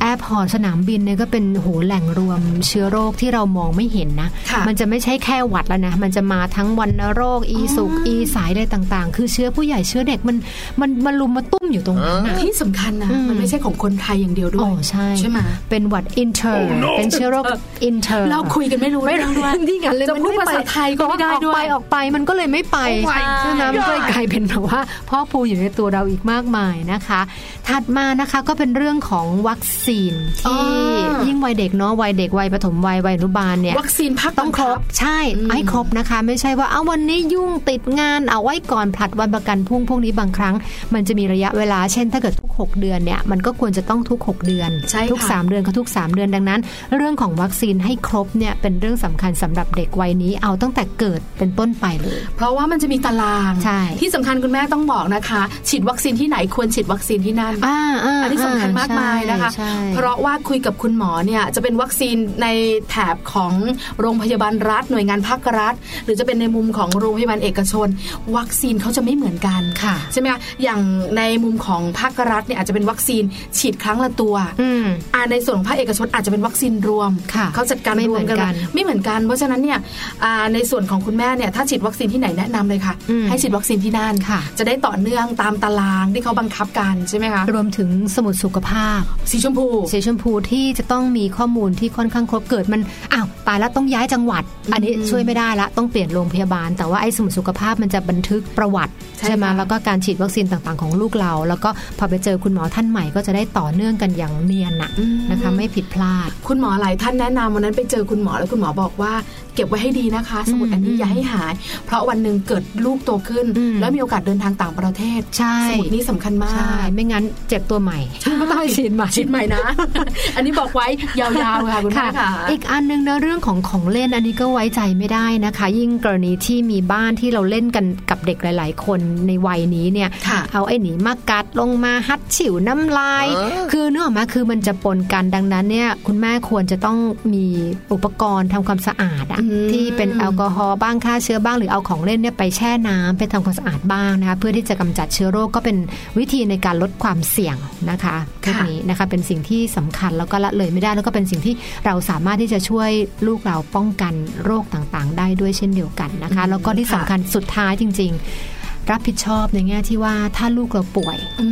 แอร์พอร์ตสนามบินเนี่ยก็เป็นโหแหล่งรวมเชื้อโรคที่เรามองไม่เห็นนะ ค่ะ มันจะไม่ใช่แค่หวัดแล้วนะ มันจะมาทั้งวันโรค อีสุก อีสายอะไรต่างๆ คือเชื้อผู้ใหญ่เชื้อเด็กมันมันมันลุมมาตุ้มอยู่ตรงนั้นน่ะ ที่สำคัญนะ อืม มันไม่ใช่ของคนไทยอย่างเดียวด้ อ๋ ว อย ใช่ ใช่ไหม เป็นหวัดอินเทอร์เป็นเชื้อโรคอินเทอร์ เราคุยกันไม่รู้เรื่องด้วย ที่งั้นเลย จะ มัน พูด ไม่ ภา ไป ษาไทยก็ไม่ได้ ออก ด้ว ไป ย ออกไปมันก็เลยไม่ไป โอ้ my ใช่ไหม God มันก็เลยกลายเป็นแบบว่าพ่อพูอยู่ในตัวเราอีกมากมายนะคะ ถัดมานะคะก็เป็นเรื่องของวัคซีนที่ อ่ายิ่ ยิ่งวัยเด็กเนาะวัยเด็กวัยปฐมวัยวัยอนุบาลเนี่ย วัคซีนพัก ต้องครบใช่ให้ครบนะคะ ไม่ใช่ว่าเอาวันนี้ยุ่งติดงานเอาไว้ก่อนผลัดวันประกันพรุ่งพวกนี้บางครั้ง มันจะมีระยะเวลาเช่น ถ้าเกิดทุก 6 เดือนเนี่ยมันก็ควรจะต้องทุก 6 เดือน ใช่ค่ะ ทุก 3 เดือนก็ทุก 3 เดือนดังนั้น เรื่องของวัคซีนให้ครบเนี่ยเป็นเรื่องสำคัญสำหรับเด็กวัยนี้เอาตั้งแต่เกิดเป็นต้นไปเลย เพราะว่ามันจะมีตาราง ใช่ ที่สำคัญคุณแม่ต้องบอกนะคะ ฉีดวัคซีนที่ไหนควรฉีดวัคซีนที่นั่น อ่าา อันนี้สำคัญ อ่ มากมายนะคะ ใช่ เพราะว่าคุยกับคุณหมอเนี่ยจะเป็นวัคซีนในแถบของโรงพยาบาลรัฐ หน่วยงานภาครัฐ หรือจะเป็นในมุมของโรงพยาบาลเอกชน วัคซีนเขาจะไม่เหมือนกัน ค่ะ ใช่ไหมคะอย่างในมุมของภาครัฐเนี่ยอาจจะเป็นวัคซีนฉีดครั้งละตัว อืม อ่าในส่วนของภาคเอกชนอาจจะเป็นวัคซีนรวม ค่ะ เขาจัดการ ไม่ ร เหมื วม อน กัน กัน ไม่เหมือนกัน เพราะฉะนั้นเนี่ยอ่าในส่วนของคุณแม่เนี่ยถ้าฉีดวัคซีนที่ไหนแนะนำเลยค่ะ อืม ให้ฉีดวัคซีนที่นั่น ค่ะ จะได้ต่อเนื่องตามตารางที่เขาบังคับกันใช่ไหมคะ รวมถึงสมุดสุขภาพ สีชมพู สีชมพูที่จะต้องมีข้อมูลที่ค่อนข้างครบเกิดมันอ้าวตายแล้วต้องย้ายจังหวัด อันนี้ช่วยไม่ได้ละต้องเปลี่ยนโรงพยาบาล แต่ว่าไอ้สมุดสุขภาพมันจะบันทึกประวัติ ใช่ ไหม ค่ะ แล้วก็การฉีดวัคซีนต่างๆของลูกเรา แล้วก็พอไปเจอ อคุณหมอท่านใหม่ก็จะได้ต่อเนื่องกันอย่างเนียนนะ อืม นะคะ ไม่ผิดพลาด คุณหมอหลายท่านแนะนำวันนั้นไปเจอคุณหมอแล้วคุณหมอบอกว่า เก็บไว้ให้ดีนะคะ สมุดอันนี้ อืม อย่าให้หาย เพราะวันหนึ่งเกิดลูกโตขึ้น อืม แล้วมีโอกาสเดินทางต่างประเทศ ใช่ สมุดนี้สำคัญมา ใช่ ก ไม่งั้นเจ็บตัวใหม่ก็ต้องไปฉีดใหม่ ชิดใหม่นะ อันนี้บอกไว้ยาวๆค่ะคุณแม่ค่ะ อีกอันนึงนะเรื่องของของเล่นอันนี้ก็ไว้ใจไม่ได้นะคะ ยิ่งกรณีที่มีบ้านที่เราเล่นกันกับเด็กหลาย ๆ คนในวัยนี้เนี่ย ค่ะ เอาไอ้หนีมากัดลงมาฮัดฉิวน้ำลาย คือเนื้อออกมาคือมันจะปนกันดังนั้นเนี่ยคุณแม่ควรจะต้องมีอุปกรณ์ทำความสะอาดอะ อืม ที่เป็นแอลกอฮอล์บ้างฆ่าเชื้อบ้างหรือเอาของเล่นเนี่ยไปแช่น้ำไปทำความสะอาดบ้างนะคะเพื่อที่จะกำจัดเชื้อโรคก็เป็นวิธีในการลดความเสี่ยงนะคะพวก ค่ะ นี้ นะคะเป็นสิ่งที่สำคัญแล้วก็ละเลยไม่ได้แล้วก็เป็นสิ่งที่เราสามารถที่จะช่วยลูกเราป้องกันโรคต่างๆ ได้ด้วยเช่นเดียวกันนะคะ แล้วก็ที่ ค่ะ สำคัญสุดท้ายจริง ๆ รับผิดชอบในแง่ที่ว่าถ้าลูกเราป่วย อื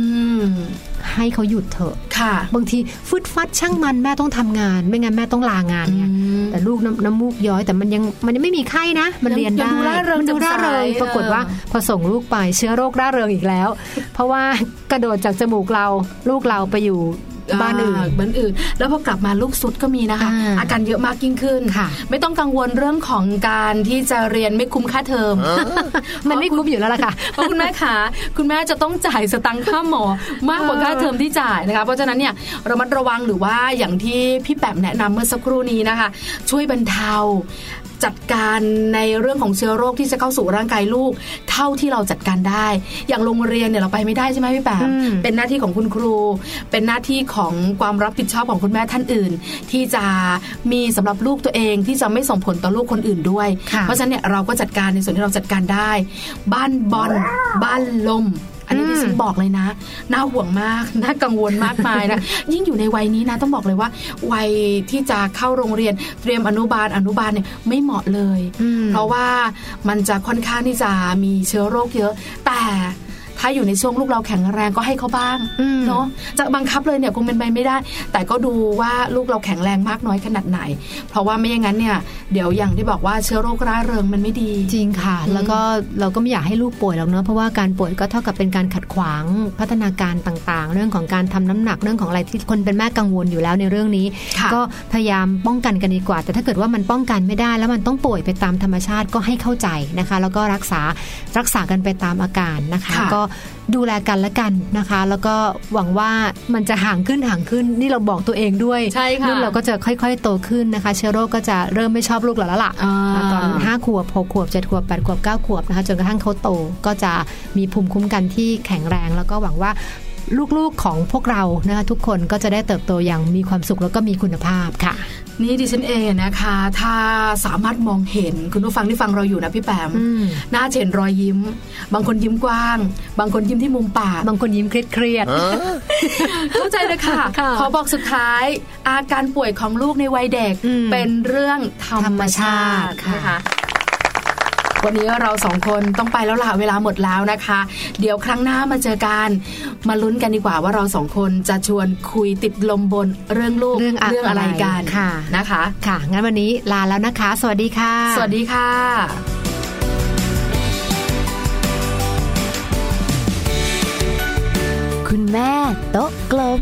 ม ให้เขาหยุดเถอะ ค่ะ บางทีฟึดฟัดช่างมันแม่ต้องทำงาน ไม่งั้นแม่ต้องลางานไง แต่ลูกน้ำน้ำมูกย้อยแต่มันยังมันยังไม่มีไข้นะ มัน ยัง เรียน ยังดูได้ร่าเริง มัดู แจ่ม ร่าเริง ใส ปรากฏ เออ ว่าพอส่งลูกไปเชื้อโรคร่าเริงอีกแล้ว เพราะว่ากระโดดจากจมูกเราลูกเราไปอยู่บ้านอื่น บ้านอื่น แล้วพอกลับมาลูกสุดก็มีนะคะ อ่า อาการเยอะมากยิ่งขึ้น ค่ะ ไม่ต้องกังวลเรื่องของการที่จะเรียนไม่คุ้มค่าเท อม มันไม่คุ้มอยู่แล้วล่ะค่ะ เพราะคุณแม่ขาคุณแม่จะต้องจ่ายสตังค่าหมอมากกว่าค่าเทอมที่จ่ายนะคะ เพราะฉะนั้นเนี่ยระมัดระวังหรือว่าอย่างที่พี่แปมแนะนำเมื่อสักครู่นี้นะคะ ช่วยบรรเทา จัดการในเรื่องของเชื้อโรคที่จะเข้าสู่ร่างกายลูก เท่าที่เราจัดการได้ อย่างโรงเรียนเนี่ยเราไปไม่ได้ใช่ไหมพี่แปม อืม เป็นหน้าที่ของคุณครู เป็นหน้าที่ของความรับผิดชอบของคุณแม่ท่านอื่น ที่จะมีสำหรับลูกตัวเองที่จะไม่ส่งผลต่อลูกคนอื่นด้วย ค่ะ เพราะฉะนั้นเนี่ยเราก็จัดการในส่วนที่เราจัดการได้ บ้านบอลบ้านลม อันนี้ที่ฉันบอกเลยนะ น่าห่วงมาก น่ากังวลมากมายนะ ยิ่งอยู่ในวัยนี้นะ ต้องบอกเลยว่า วัยที่จะเข้าโรงเรียนเตรียมอนุบาลอนุบาลเนี่ยไม่เหมาะเลย อืม เพราะว่ามันจะค่อนข้างที่จะมีเชื้อโรคเยอะ แต่ถ้าอยู่ในช่วงลูกเราแข็งแรงก็ให้เขาบ้าง อืม เนาะจะบังคับเลยเนี่ยคงเป็นไปไม่ได้ แต่ก็ดูว่าลูกเราแข็งแรงมากน้อยขนาดไหน เพราะว่าไม่อย่างนั้นเนี่ยเดี๋ยวอย่างที่บอกว่าเชื้อโรคร่าเริงมันไม่ดี จริงค่ะ อืม แล้วก็เราก็ไม่อยากให้ลูกป่วยหรอกเนาะเพราะว่าการป่วยก็เท่ากับเป็นการขัดขวางพัฒนาการต่างๆ เรื่องของการทำน้ำหนักเรื่องของอะไรที่คนเป็นแม่กังวลอยู่แล้วในเรื่องนี้ ค่ะ ก็พยายามป้องกันกันดีกว่า แต่ถ้าเกิดว่ามันป้องกันไม่ได้ แล้วมันต้องป่วยไปตามธรรมชาติก็ให้เข้าใจนะคะ แล้วก็รักษารักษากันไปตามอาการนะคะ ค่ะ ก็ดูแลกันและกันนะคะ แล้วก็หวังว่ามันจะห่างขึ้นห่างขึ้นนี่เราบอกตัวเองด้วย ใช่ค่ะ ลูกเราก็จะค่อย ๆ โตขึ้นนะคะ เชื้อโรคก็จะเริ่มไม่ชอบลูกเราแล้วล่ะ อ่า ตอนห้าขวบหกขวบเจ็ดขวบแปดขวบเก้าขวบนะคะจนกระทั่งเขาโตก็จะมีภูมิคุ้มกันที่แข็งแรง แล้วก็หวังว่าลูกๆของพวกเรานะคะทุกคนก็จะได้เติบโตอย่างมีความสุขแล้วก็มีคุณภาพค่ะ นี่ดิฉันเองนะคะ ถ้าสามารถมองเห็นคุณผู้ฟังที่ฟังเราอยู่นะพี่แปม อืม หน้าจะเห็นรอยยิ้ม บางคนยิ้มกว้าง บางคนยิ้มที่มุมปาก บางคนยิ้มเครียด เข้าใจเลยค่ะ ค่ะ ขอบอกสุดท้าย อาการป่วยของลูกในวัยเด็ก อืม เป็นเรื่องธรรมชาติ ธรรมชาติค่ะ นะคะ วันนี้เราสองคนต้องไปแล้วล่ะเวลาหมดแล้วนะคะ เดี๋ยวครั้งหน้ามาเจอกัน มาลุ้นกันดีกว่าว่าเราสองคนจะชวนคุยติดลมบนเรื่องลูก เรื่องอะไร อะไรกัน ค่ะ นะคะ ๆ ค่ะ งั้นวันนี้ลาแล้วนะคะ สวัสดีค่ะ สวัสดีค่ะ คุณแม่โต๊ะกลม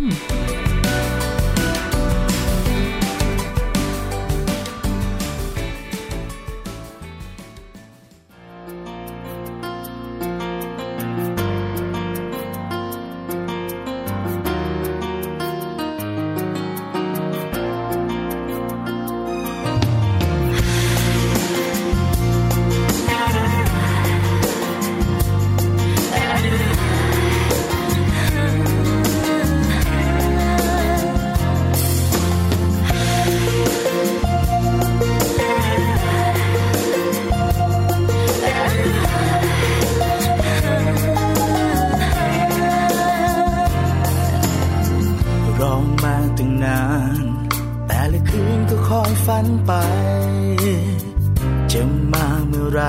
ร้องมาตั้งนาน แต่ละคืนก็คอยฝันไป จะมาเมื่อไหร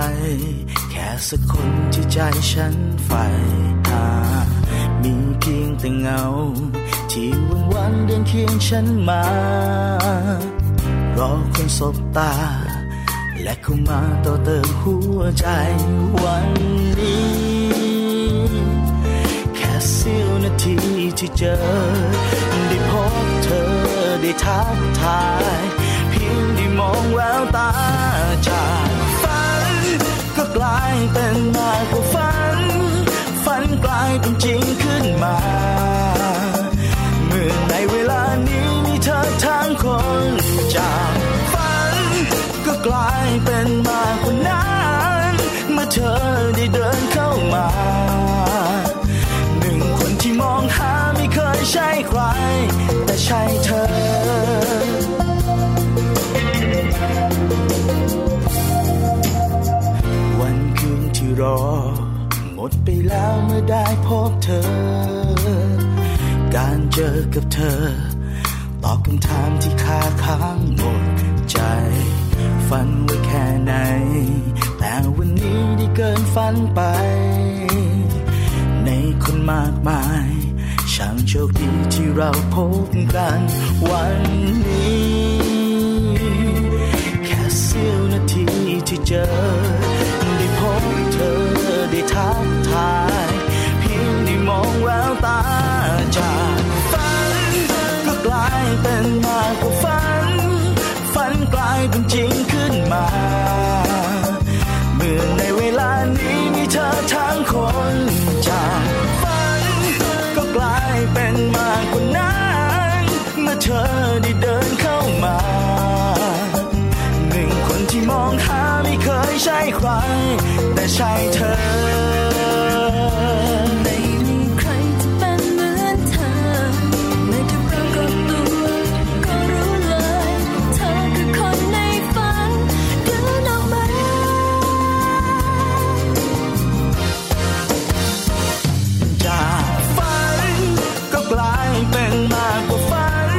แค่สักคนที่ใจฉันใฝ่หามีเพียงแต่เงา ที่วันวันๆเดินเคียงฉันมา รอคนสบตา และเข้ามาต่อเติมหัวใจวันนี้ แค่เสี้ยวนาทีที่ เจอ ได้พบเธอได้ทักทาย เพียงได้มองแววตาจากฝัน ก็กลายเป็นมากกว่าฝัน ฝันกลายเป็นจริงขึ้นมา เมื่อในเวลานี้มีเธอทั้งคนจากฝัน ก็กลายเป็นมากกว่านั้นเมื่อเธอได้เดินเข้ามา หนึ่งคนที่มองหาไม่เคยใช่ใคร แต่ใช่เธอ วันคืนที่รอ หมดไปแล้วเมื่อได้พบเธอ การเจอกับเธอ ตอบคำถามที่คาค้างหมดใจ ฝันไว้แค่ไหน แต่วันนี้ได้เกินฝันไป ในคนมากมาย ช่างโชคดีที่เราพบกันวันนี้ แค่เสี้ยวนาทีที่เจอ ได้พบเธอได้ทักทาย เพียงได้มองแววตาจากฝัน ก็กลายเป็นมากกว่าฝัน ฝันกลายเป็นจริงขึ้นมา เมื่อในเวลานี้มีเธอทั้งคนจากฝัน ก็กลายเป็นมากกว่านั้นเมื่อเธอได้เดินเข้ามา หนึ่งคนที่มองหาไม่เคยใช่ใคร แต่ใช่เธอ ไม่มีใครจะเป็นเหมือนเธอ ไม่ได้ปรากฏตัว ก็รู้เลย เธอคือคนในฝันเดินออกมา จากฝัน ก็กลายเป็นมากกว่าฝัน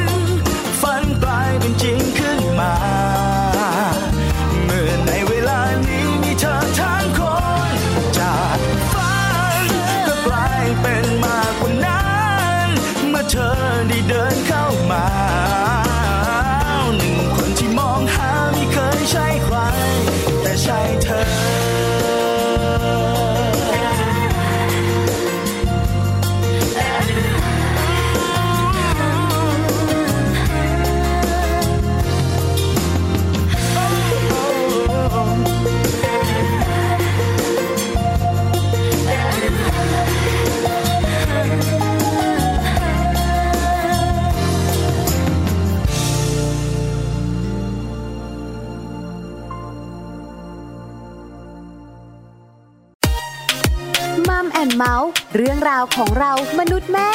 ฝันกลายเป็นจริงขึ้นมา เมื่อในเวลานี้มีเธอทั้งคน จากฝัน ก็กลายเป็นมากกว่านั้นเมื่อเธอได้เดินเข้ามาหนึ่งคนที่มองหาไม่เคยใช่ใคร แต่ใช่เธอ มัมแอนเมาส์เรื่องราวของเรามนุษย์แม่